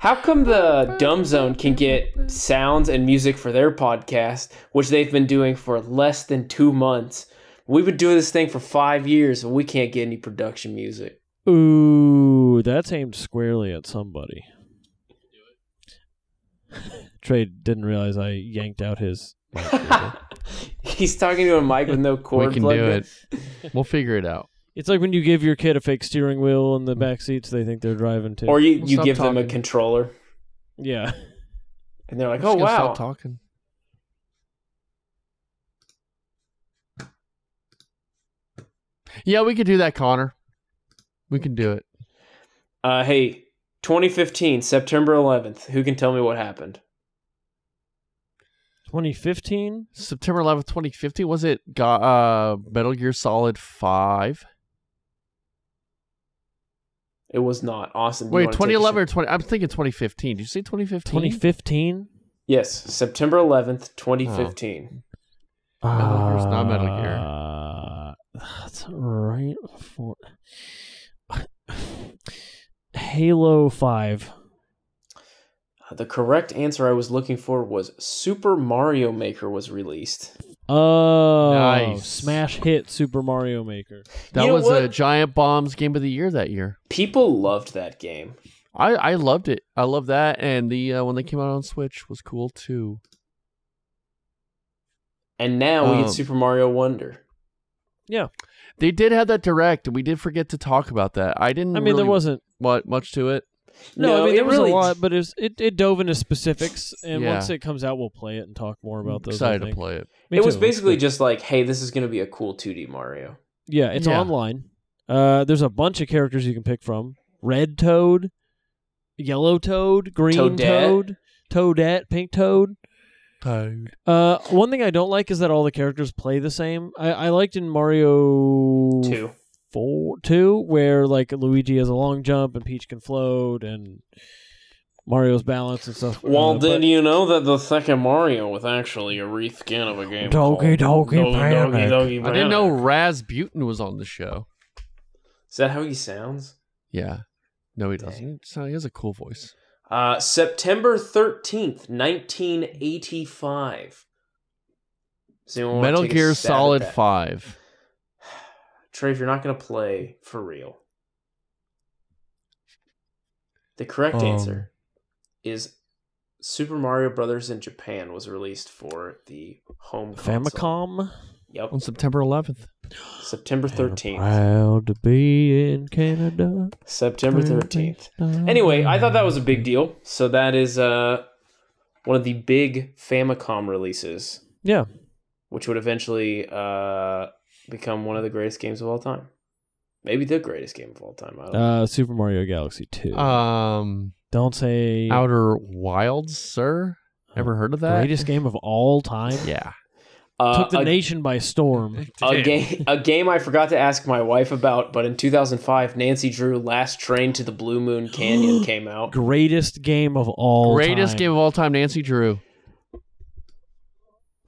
[SPEAKER 3] How come the Dumb Zone can get sounds and music for their podcast, which they've been doing for less than two months? We've been doing this thing for five years and we can't get any production music.
[SPEAKER 1] Ooh, that's aimed squarely at somebody. *laughs* Trey didn't realize I yanked out his.
[SPEAKER 3] He's talking to a mic with no cord
[SPEAKER 4] we can do
[SPEAKER 3] plugged in.
[SPEAKER 4] it. *laughs* We'll figure it out.
[SPEAKER 1] It's like when you give your kid a fake steering wheel
[SPEAKER 4] Mm.
[SPEAKER 1] in the back seats, they think they're driving too.
[SPEAKER 3] Or you, you
[SPEAKER 4] Stop
[SPEAKER 3] give them a
[SPEAKER 4] talking.
[SPEAKER 3] controller
[SPEAKER 1] *laughs* yeah,
[SPEAKER 3] and they're like,
[SPEAKER 4] I'm
[SPEAKER 3] oh,
[SPEAKER 4] just gonna Stop
[SPEAKER 3] wow.
[SPEAKER 4] talking. Yeah, we could do that, Connor. We can do it.
[SPEAKER 3] Uh, hey, 2015, September 11th. Who can tell me what happened?
[SPEAKER 1] 2015.
[SPEAKER 4] September 11th, 2015. Was it Go- uh, Metal Gear Solid 5?
[SPEAKER 3] It was not. Austin. do you
[SPEAKER 4] Wait,
[SPEAKER 3] wanna take a shot?
[SPEAKER 4] 2011 or 20? I'm thinking 2015. Did you say 2015?
[SPEAKER 1] 2015.
[SPEAKER 3] Yes, September
[SPEAKER 4] Oh.
[SPEAKER 3] 11th, 2015.
[SPEAKER 4] Metal Gear's not Metal Gear.
[SPEAKER 1] Gear. Uh, That's right for *sighs* Halo Five.
[SPEAKER 3] Uh, The correct answer I was looking for was Super Mario Maker was released.
[SPEAKER 1] Oh,
[SPEAKER 4] Nice.
[SPEAKER 1] smash hit Super Mario Maker.
[SPEAKER 4] That
[SPEAKER 3] You know
[SPEAKER 4] was a
[SPEAKER 3] what?
[SPEAKER 4] Giant Bombs game of the year that year.
[SPEAKER 3] People loved that game.
[SPEAKER 4] I, I loved it. I love that. And the uh, when they came out on Switch was cool too.
[SPEAKER 3] And now we
[SPEAKER 4] Um,
[SPEAKER 3] get Super Mario Wonder.
[SPEAKER 4] They did have that direct, and we did forget to talk about that. I didn't.
[SPEAKER 1] I mean, there
[SPEAKER 4] really
[SPEAKER 1] wasn't
[SPEAKER 4] what much to it.
[SPEAKER 1] No, I mean
[SPEAKER 3] it
[SPEAKER 1] there was
[SPEAKER 3] really-
[SPEAKER 1] a lot, but it, was, it it dove into specifics, and
[SPEAKER 4] Yeah.
[SPEAKER 1] once it comes out, we'll play it and talk more about those. I
[SPEAKER 4] Excited to
[SPEAKER 1] think.
[SPEAKER 4] play it.
[SPEAKER 1] Me
[SPEAKER 3] it was
[SPEAKER 1] too.
[SPEAKER 3] basically
[SPEAKER 1] It's-
[SPEAKER 3] just like, hey, this is going to be a cool 2D Mario.
[SPEAKER 1] yeah, it's
[SPEAKER 4] Yeah.
[SPEAKER 1] online. Uh, there's a bunch of characters you can pick from: red toad, yellow toad, green
[SPEAKER 3] Toadette.
[SPEAKER 1] toad, toadette, pink toad.
[SPEAKER 4] Toad.
[SPEAKER 1] Uh, one thing I don't like is that all the characters play the same. I, I liked in Mario
[SPEAKER 3] Two.
[SPEAKER 1] four two where like Luigi has a long jump and Peach can float and Mario's balance and stuff.
[SPEAKER 3] Well,
[SPEAKER 1] Uh,
[SPEAKER 3] did
[SPEAKER 1] but-
[SPEAKER 3] you know that the second Mario was actually a reskin of a game?
[SPEAKER 1] Donkey
[SPEAKER 3] called
[SPEAKER 1] Donkey
[SPEAKER 3] Do-
[SPEAKER 1] Panic.
[SPEAKER 3] Donkey
[SPEAKER 4] I didn't
[SPEAKER 3] Panic.
[SPEAKER 4] know Rasputin was on the show.
[SPEAKER 3] Is that how he sounds?
[SPEAKER 4] Yeah. No, he
[SPEAKER 3] Dang.
[SPEAKER 4] doesn't. So he has a cool voice.
[SPEAKER 3] Uh, September 13th, 1985. Does anyone wanna
[SPEAKER 4] Metal
[SPEAKER 3] take a
[SPEAKER 4] Gear
[SPEAKER 3] stab at
[SPEAKER 4] Solid
[SPEAKER 3] that?
[SPEAKER 4] Five.
[SPEAKER 3] Trey, if you're not going to play, for real. The correct
[SPEAKER 4] Um,
[SPEAKER 3] answer is Super Mario Brothers in Japan was released for the home console.
[SPEAKER 1] Famicom.
[SPEAKER 3] Yep.
[SPEAKER 4] on September 11th.
[SPEAKER 3] September 13th.
[SPEAKER 1] Proud to be in Canada.
[SPEAKER 3] September 13th. Anyway, I thought that was a big deal. So that is uh, one of the big Famicom releases,
[SPEAKER 1] Yeah,
[SPEAKER 3] which would eventually uh, become one of the greatest games of all time. Maybe the greatest game of all time. I don't know.
[SPEAKER 1] uh, Super Mario Galaxy Two.
[SPEAKER 4] Um,
[SPEAKER 1] Don't say
[SPEAKER 4] Outer Wilds, sir. Ever heard of that?
[SPEAKER 1] greatest game of all time.
[SPEAKER 4] Yeah.
[SPEAKER 3] Uh,
[SPEAKER 1] Took the
[SPEAKER 3] a,
[SPEAKER 1] nation by storm. *laughs*
[SPEAKER 3] a game, a game I forgot to ask my wife about, but in 2005, Nancy Drew Last Train to the Blue Moon
[SPEAKER 1] *gasps*
[SPEAKER 3] Canyon came out.
[SPEAKER 1] Greatest game of all.
[SPEAKER 4] Greatest
[SPEAKER 1] time.
[SPEAKER 4] game of all time, Nancy Drew.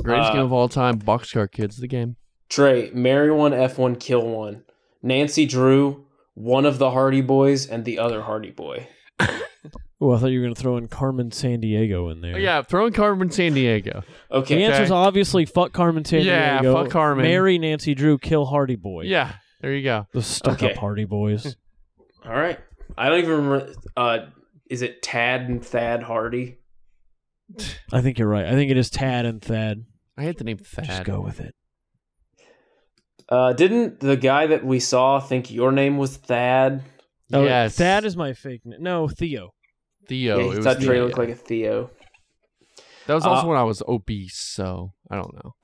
[SPEAKER 4] Greatest
[SPEAKER 3] Uh,
[SPEAKER 4] game of all time, Boxcar Kids, the game.
[SPEAKER 3] Trey, marry one, F one, kill one. Nancy Drew, one of the Hardy Boys, and the other Hardy Boy.
[SPEAKER 1] Oh, I thought you were gonna throw in Carmen San Diego in there.
[SPEAKER 4] Oh, Yeah, throwing Carmen San
[SPEAKER 1] *laughs*
[SPEAKER 4] Diego.
[SPEAKER 1] The
[SPEAKER 3] Okay,
[SPEAKER 1] answer's obviously fuck Carmen San
[SPEAKER 4] Yeah,
[SPEAKER 1] Diego.
[SPEAKER 4] fuck Carmen.
[SPEAKER 1] Marry Nancy Drew. Kill Hardy Boy.
[SPEAKER 4] Yeah, there you go.
[SPEAKER 1] The stuck
[SPEAKER 3] Okay.
[SPEAKER 1] up Hardy Boys.
[SPEAKER 4] *laughs*
[SPEAKER 3] all right. I don't even remember. Uh, is it Tad and Thad Hardy?
[SPEAKER 1] I think you're right. I think it is Tad and Thad.
[SPEAKER 4] I hate the name Thad.
[SPEAKER 1] Just go with it.
[SPEAKER 3] Uh, didn't the guy that we saw think your name was Thad?
[SPEAKER 1] Oh,
[SPEAKER 4] yes.
[SPEAKER 1] Thad is my fake name. No, Theo.
[SPEAKER 4] Theo.
[SPEAKER 3] yeah,
[SPEAKER 4] it
[SPEAKER 3] he
[SPEAKER 4] was
[SPEAKER 3] thought Dre
[SPEAKER 4] Theo,
[SPEAKER 3] looked
[SPEAKER 4] yeah.
[SPEAKER 3] like a Theo.
[SPEAKER 4] That was also
[SPEAKER 3] Uh,
[SPEAKER 4] when I was obese, so I don't know.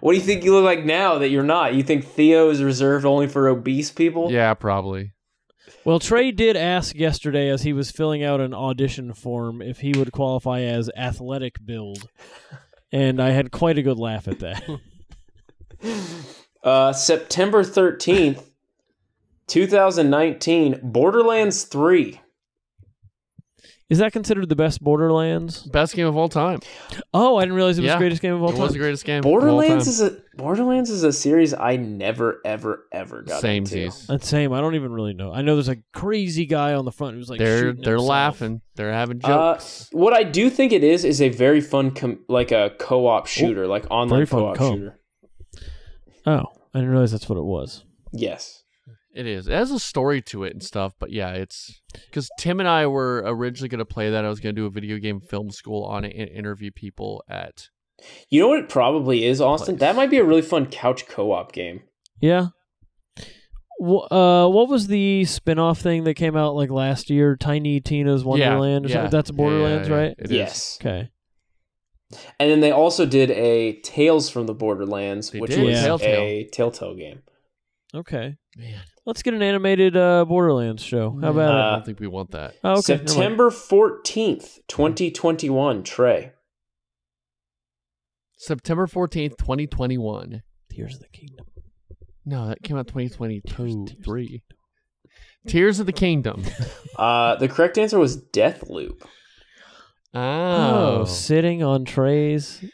[SPEAKER 3] What do you think you look like now that you're not? You think Theo is reserved only for obese people?
[SPEAKER 4] Yeah, probably.
[SPEAKER 1] Well, Trey did ask yesterday as he was filling out an audition form if he would qualify as athletic
[SPEAKER 4] *laughs*
[SPEAKER 1] build. And I had quite a good laugh at that. *laughs*
[SPEAKER 3] Uh, September 13th, 2019, Borderlands 3.
[SPEAKER 1] Is that considered the best Borderlands?
[SPEAKER 4] Best game of all time.
[SPEAKER 1] Oh, I didn't realize it was
[SPEAKER 4] Yeah,
[SPEAKER 1] the greatest game of all
[SPEAKER 4] it
[SPEAKER 1] time.
[SPEAKER 4] was the greatest game. of all
[SPEAKER 3] Borderlands
[SPEAKER 4] time.
[SPEAKER 3] is a Borderlands is a series I never ever ever got
[SPEAKER 4] same
[SPEAKER 3] into.
[SPEAKER 1] That's same. I don't even really know. I know there's a crazy guy on the front who's like
[SPEAKER 4] they're
[SPEAKER 1] shooting
[SPEAKER 4] they're
[SPEAKER 1] himself.
[SPEAKER 4] laughing. They're having
[SPEAKER 3] Uh,
[SPEAKER 4] jokes.
[SPEAKER 3] what I do think it is is a very fun com- like a co-op shooter, like online
[SPEAKER 1] very fun
[SPEAKER 3] co-op
[SPEAKER 1] co-op.
[SPEAKER 3] shooter.
[SPEAKER 1] Oh, I didn't realize that's what it was.
[SPEAKER 3] Yes.
[SPEAKER 4] It is. It has a story to it and stuff, but yeah, it's because Tim and I were originally going to play that. I was going to do a video game film school on it and interview people at.
[SPEAKER 3] You know what it probably is, Austin?
[SPEAKER 4] Place.
[SPEAKER 3] That might be a really fun couch co-op game.
[SPEAKER 1] Yeah. Wh- uh, what was the spin-off thing that came out like last year? Tiny Tina's Wonderland. or
[SPEAKER 4] yeah,
[SPEAKER 1] something? That's
[SPEAKER 4] yeah, yeah,
[SPEAKER 1] Borderlands,
[SPEAKER 4] yeah,
[SPEAKER 1] right?
[SPEAKER 4] it is.
[SPEAKER 3] yes.
[SPEAKER 1] Okay.
[SPEAKER 3] And then they also did a Tales from the Borderlands,
[SPEAKER 4] They
[SPEAKER 3] which
[SPEAKER 4] did.
[SPEAKER 3] was
[SPEAKER 1] Yeah.
[SPEAKER 4] Telltale.
[SPEAKER 3] a Telltale game.
[SPEAKER 1] Okay.
[SPEAKER 4] Man,
[SPEAKER 1] Let's get an animated uh, Borderlands show. How about
[SPEAKER 4] I
[SPEAKER 1] it?
[SPEAKER 3] Uh,
[SPEAKER 4] don't think we want that.
[SPEAKER 1] Oh, okay. never mind.
[SPEAKER 3] September 14th, 2021, Trey.
[SPEAKER 4] September fourteenth, twenty twenty one.
[SPEAKER 1] Tears of the Kingdom.
[SPEAKER 4] No, that came out twenty twenty two,
[SPEAKER 1] Tears-
[SPEAKER 4] three. Tears of
[SPEAKER 1] *laughs*
[SPEAKER 4] the Kingdom.
[SPEAKER 3] Uh, the correct answer was Deathloop.
[SPEAKER 1] Oh,
[SPEAKER 4] Oh,
[SPEAKER 1] sitting on
[SPEAKER 4] *laughs*
[SPEAKER 1] Trey's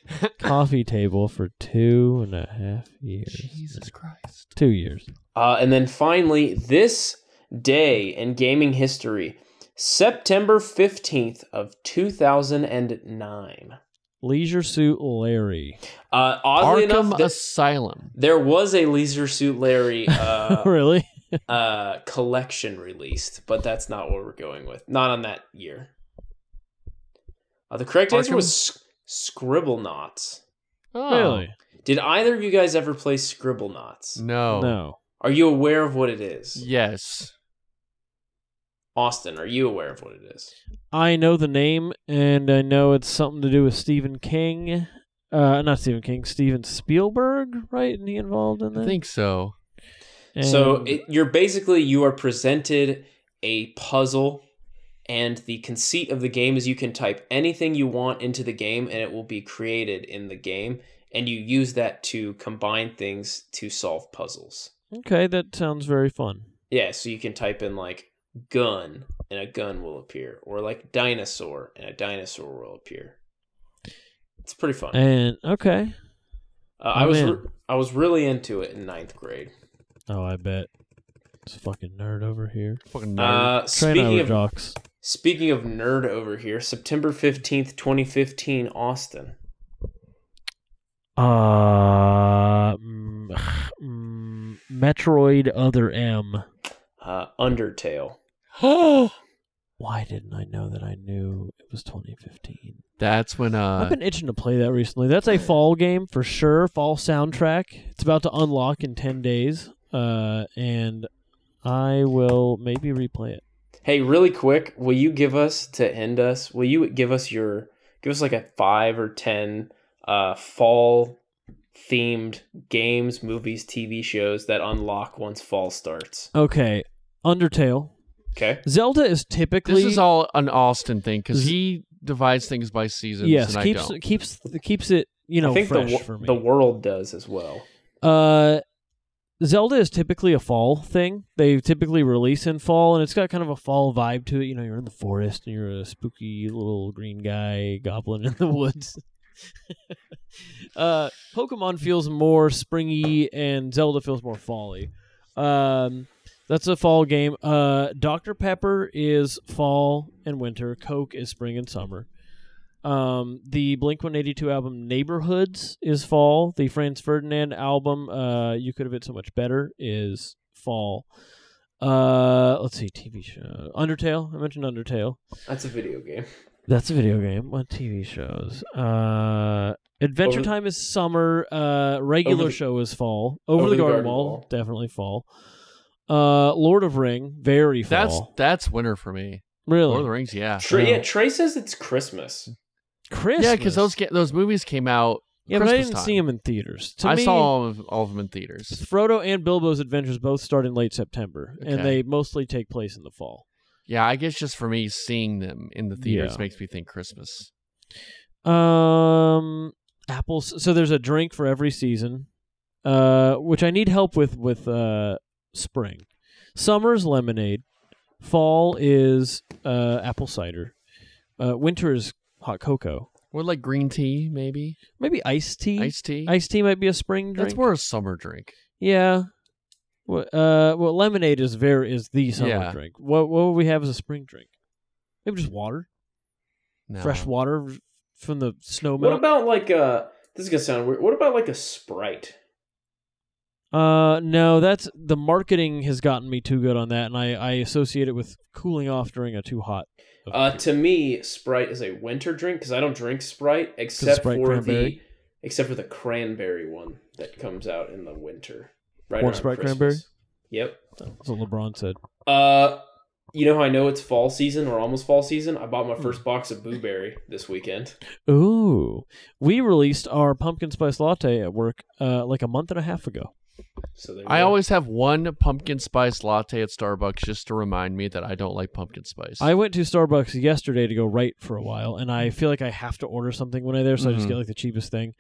[SPEAKER 1] coffee table for two and a half years.
[SPEAKER 4] Jesus Christ!
[SPEAKER 1] Two years.
[SPEAKER 3] Uh, and then finally, this day in gaming history, September 15th of 2009.
[SPEAKER 1] Leisure Suit Larry.
[SPEAKER 3] Uh, oddly
[SPEAKER 4] Arkham
[SPEAKER 3] enough, th-
[SPEAKER 4] Asylum.
[SPEAKER 3] there was a Leisure Suit
[SPEAKER 4] *laughs*
[SPEAKER 3] Larry uh,
[SPEAKER 1] *laughs* really?
[SPEAKER 3] uh, collection released, but that's not what we're going with. Not on that year. Uh, the correct answer
[SPEAKER 4] Arkham?
[SPEAKER 3] was sc- Scribble Knots.
[SPEAKER 4] Oh,
[SPEAKER 1] Really?
[SPEAKER 3] Did either of you guys ever play Scribble Knots?
[SPEAKER 4] No.
[SPEAKER 1] No.
[SPEAKER 3] Are you aware of what it is?
[SPEAKER 4] Yes.
[SPEAKER 3] Austin, are you aware of what it is?
[SPEAKER 1] I know the name, and I know it's something to do with Stephen King. Uh, not Stephen King, Steven Spielberg, right? Isn't he involved in that?
[SPEAKER 4] I
[SPEAKER 1] *gasps*
[SPEAKER 4] think so.
[SPEAKER 3] So
[SPEAKER 1] And-
[SPEAKER 3] it, you're basically you are presented a puzzle, and the conceit of the game is you can type anything you want into the game, and it will be created in the game, and you use that to combine things to solve puzzles.
[SPEAKER 1] okay, that sounds very fun.
[SPEAKER 3] Yeah, so you can type in like gun, and a gun will appear, or like dinosaur, and a dinosaur will appear. It's pretty fun.
[SPEAKER 1] And oh, okay,
[SPEAKER 3] uh, I
[SPEAKER 1] I'm
[SPEAKER 3] was
[SPEAKER 1] in.
[SPEAKER 3] re- I was really into it in ninth grade.
[SPEAKER 1] oh, I bet it's a fucking nerd over here.
[SPEAKER 4] Fucking nerd.
[SPEAKER 3] Uh,
[SPEAKER 1] Trey and I
[SPEAKER 3] speaking
[SPEAKER 1] were
[SPEAKER 3] of
[SPEAKER 1] jocks.
[SPEAKER 3] Speaking of nerd over here, September 15th, 2015, Austin.
[SPEAKER 1] Uh, mm, mm, Metroid Other M.
[SPEAKER 3] Uh, Undertale.
[SPEAKER 1] Why didn't I know that I knew it was 2015?
[SPEAKER 4] That's when uh
[SPEAKER 1] I've been itching to play that recently. That's a fall game for sure. Fall soundtrack. It's about to unlock in 10 days. Uh, and I will maybe replay it.
[SPEAKER 3] Hey, really quick, will you give us to end us? Will you give us your give us like a 5 or 10 uh fall themed games, movies, TV shows that unlock once fall starts?
[SPEAKER 1] Okay, Undertale.
[SPEAKER 3] Okay?
[SPEAKER 1] Zelda is typically
[SPEAKER 4] this is all an Austin thing because
[SPEAKER 1] Z-
[SPEAKER 4] he divides things by seasons.
[SPEAKER 1] yes
[SPEAKER 4] and
[SPEAKER 1] keeps
[SPEAKER 4] I don't.
[SPEAKER 1] keeps keeps it you know
[SPEAKER 3] I think the
[SPEAKER 1] fresh
[SPEAKER 3] wo-
[SPEAKER 1] for me.
[SPEAKER 3] the world does as well.
[SPEAKER 1] Uh, Zelda is typically a fall thing. They typically release in fall, and it's got kind of a fall vibe to it. You know, you're in the forest, and you're a spooky little green guy goblin in the *laughs* woods. uh, Pokemon feels more springy, and Zelda feels more fally. Um, that's a fall game. Uh, Dr Pepper is fall and winter. Coke is spring and summer. Um, the Blink 182 album Neighborhoods is fall. The Franz Ferdinand album uh, You Could Have It So Much Better is fall. Uh, let's see, TV show. Undertale. I mentioned Undertale.
[SPEAKER 3] That's a video game.
[SPEAKER 1] That's a video game. What TV shows? Uh, Adventure
[SPEAKER 3] Over-
[SPEAKER 1] Time is summer. Uh, regular
[SPEAKER 3] Over the-
[SPEAKER 1] show is fall. Over, the, Garden, Wall, definitely fall. Uh, Lord of Ring, very fall.
[SPEAKER 4] That's that's winter for me.
[SPEAKER 1] really
[SPEAKER 4] Lord of the Rings, yeah,
[SPEAKER 3] Trey,
[SPEAKER 1] Yeah.
[SPEAKER 3] yeah, Trey says it's Christmas.
[SPEAKER 1] Christmas.
[SPEAKER 4] yeah, because those ga- those movies came out.
[SPEAKER 1] Yeah, but I
[SPEAKER 4] Christmas
[SPEAKER 1] didn't see
[SPEAKER 4] time.
[SPEAKER 1] them in theaters. To
[SPEAKER 4] I
[SPEAKER 1] me,
[SPEAKER 4] saw all of, all of them in theaters.
[SPEAKER 1] Frodo and Bilbo's adventures both start in late September,
[SPEAKER 4] Okay.
[SPEAKER 1] and they mostly take place in the fall.
[SPEAKER 4] Yeah, I guess just for me seeing them in the theaters
[SPEAKER 1] Yeah.
[SPEAKER 4] makes me think Christmas.
[SPEAKER 1] Um, apples. So there's a drink for every season, uh, which I need help with with uh, spring. Summer's lemonade. Fall is uh, apple cider. Uh, winter is hot cocoa.
[SPEAKER 4] Or like green tea, maybe
[SPEAKER 1] Maybe iced tea.
[SPEAKER 4] iced tea.
[SPEAKER 1] Iced tea might be a spring drink.
[SPEAKER 4] That's more a summer drink.
[SPEAKER 1] Yeah. Well, uh, well, lemonade is very is the summer
[SPEAKER 4] Yeah.
[SPEAKER 1] drink. What what would we have as a spring drink? Maybe just water,
[SPEAKER 4] No.
[SPEAKER 1] fresh water from the snow
[SPEAKER 3] What
[SPEAKER 1] melt.
[SPEAKER 3] about like a? This is gonna sound weird. What about like a Sprite?
[SPEAKER 1] uh, no, that's the marketing has gotten me too good on that, and I I associate it with cooling off during a too hot. of
[SPEAKER 3] Uh,
[SPEAKER 1] period.
[SPEAKER 3] to me, Sprite is a winter drink because I don't drink Sprite except
[SPEAKER 1] Sprite
[SPEAKER 3] for the
[SPEAKER 1] cranberry?
[SPEAKER 3] except for the cranberry one that comes out in the winter. Right
[SPEAKER 1] Or
[SPEAKER 3] around
[SPEAKER 1] Sprite
[SPEAKER 3] Christmas.
[SPEAKER 1] cranberry?
[SPEAKER 3] Yep.
[SPEAKER 1] that's what LeBron said.
[SPEAKER 3] Uh, you know how I know it's fall season or almost fall season? I
[SPEAKER 1] Hmm.
[SPEAKER 3] bought my first box of blueberry this weekend.
[SPEAKER 1] Ooh, we released our pumpkin spice latte at work uh like a month and a half ago.
[SPEAKER 3] So there you
[SPEAKER 4] I
[SPEAKER 3] go.
[SPEAKER 4] always have one pumpkin spice latte at Starbucks just to remind me that I don't like pumpkin spice.
[SPEAKER 1] I went to Starbucks yesterday to go right for a while, and I feel like I have to order something when I'm there, so I just
[SPEAKER 4] Mhm.
[SPEAKER 1] get like the cheapest thing.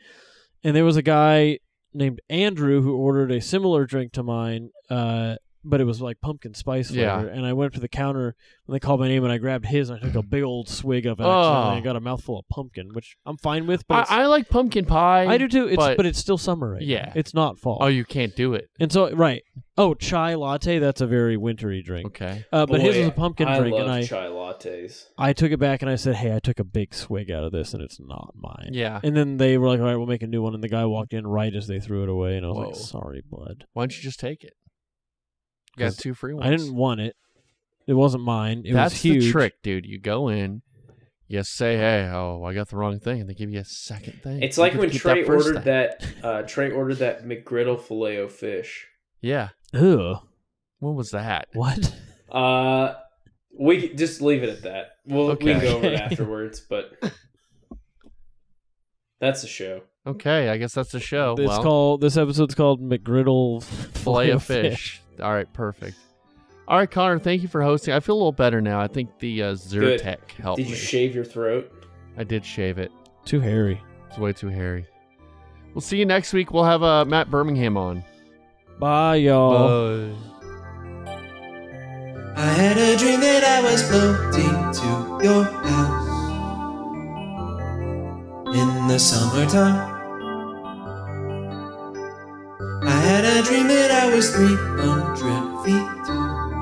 [SPEAKER 1] And there was a guy named Andrew who ordered a similar drink to mine, uh, but it was like pumpkin spice
[SPEAKER 4] Yeah.
[SPEAKER 1] flavor. And I went up to the counter and they called my name, and I grabbed his, and I took a
[SPEAKER 4] *clears throat*
[SPEAKER 1] big old swig of it, accidentally, and I
[SPEAKER 4] Oh.
[SPEAKER 1] got a mouthful of pumpkin, which I'm fine with. But
[SPEAKER 4] I,
[SPEAKER 1] it's-
[SPEAKER 4] I like pumpkin pie.
[SPEAKER 1] I do too. It's
[SPEAKER 4] but-
[SPEAKER 1] but, it's still summer. Right now.
[SPEAKER 4] Yeah.
[SPEAKER 1] it's not fall.
[SPEAKER 4] Oh, you can't do it.
[SPEAKER 1] and so right. Oh, chai latte. That's a very wintry drink.
[SPEAKER 4] Okay.
[SPEAKER 1] Uh, but his
[SPEAKER 3] Boy,
[SPEAKER 1] was a pumpkin
[SPEAKER 3] I
[SPEAKER 1] drink,
[SPEAKER 3] love
[SPEAKER 1] and I
[SPEAKER 3] chai lattes.
[SPEAKER 1] I took it back and I said, "Hey, I took a big swig out of this and it's not mine."
[SPEAKER 4] Yeah.
[SPEAKER 1] And then they were like, "All right, we'll make a new one." And the guy walked in right as they threw it away, and I was
[SPEAKER 4] Whoa.
[SPEAKER 1] like, "Sorry, bud.
[SPEAKER 4] Why don't you just take it? You got
[SPEAKER 1] 'Cause
[SPEAKER 4] two free ones.
[SPEAKER 1] I didn't want it. It wasn't mine. It
[SPEAKER 4] That's
[SPEAKER 1] was huge."
[SPEAKER 4] the trick, dude. You go in, you say, "Hey, oh, I got the wrong thing," and they give you a second thing.
[SPEAKER 3] It's
[SPEAKER 4] You
[SPEAKER 3] like
[SPEAKER 4] get to
[SPEAKER 3] when
[SPEAKER 4] keep
[SPEAKER 3] Trey
[SPEAKER 4] first
[SPEAKER 3] ordered
[SPEAKER 4] thing.
[SPEAKER 3] that. Uh, Trey ordered that McGriddle filet o fish.
[SPEAKER 4] Yeah.
[SPEAKER 1] Ugh.
[SPEAKER 4] When was that?
[SPEAKER 1] What?
[SPEAKER 3] Uh, we just leave it at that. We'll we can
[SPEAKER 4] Okay.
[SPEAKER 3] go over it
[SPEAKER 1] Okay.
[SPEAKER 3] afterwards, but that's the show.
[SPEAKER 4] Okay, I guess that's the show.
[SPEAKER 1] It's
[SPEAKER 4] Oh, well,
[SPEAKER 1] called. This episode's called McGriddle
[SPEAKER 4] fillet of fish. All right, perfect. All right, Connor, thank you for hosting. I feel a little better now. I think the uh, Zyrtec helped
[SPEAKER 3] Did you
[SPEAKER 4] me.
[SPEAKER 3] shave your throat?
[SPEAKER 4] I did shave it.
[SPEAKER 1] Too hairy.
[SPEAKER 4] It's way too hairy. We'll see you next week. We'll have uh, Matt Birmingham on.
[SPEAKER 1] Bye, y'all.
[SPEAKER 4] Bye.
[SPEAKER 5] I had a dream that I was floating to your house in the summertime. I had a dream that I was 300 feet tall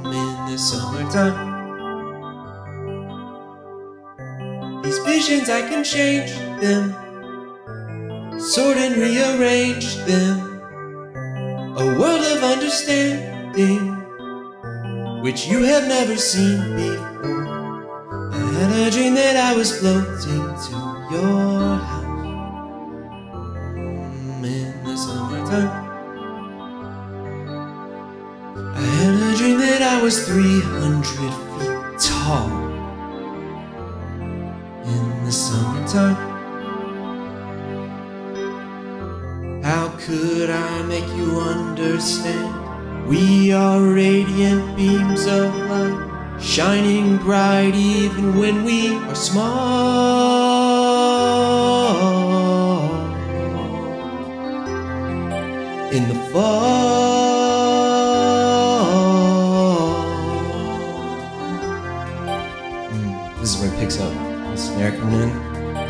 [SPEAKER 5] Mm, in the summertime. These visions, I can change them, sort and rearrange them a world of understanding which you have never seen before. I had a dream that I was floating to your house Mm, in the summertime. I had a dream that I was 300 feet tall in the summertime. How could I make you understand? We are radiant beams of light, shining bright even when we are small. In the fall. Mm, this is where it picks up. The snare coming in.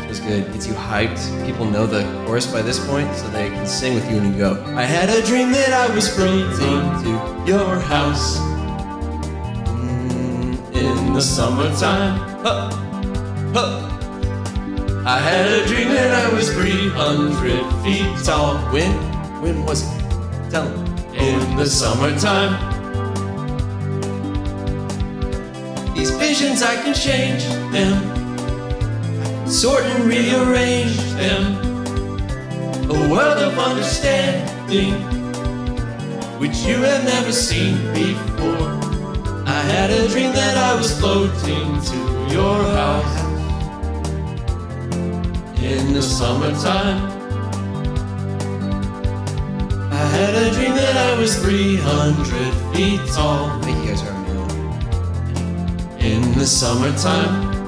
[SPEAKER 5] Feels good. Gets you hyped. People know the chorus by this point, so they can sing with you when you go. I had a dream that I was floating to your house Mm, in the summertime. Huh. Huh. I had a dream that I was 300 feet tall. When? When was it? Tell 'em. In the summertime. These visions, I can change them, sort and rearrange them. A world of understanding, which you have never seen before. I had a dream that I was floating to your house in the summertime. I had a dream that I was 300 feet tall. My years are In the summertime.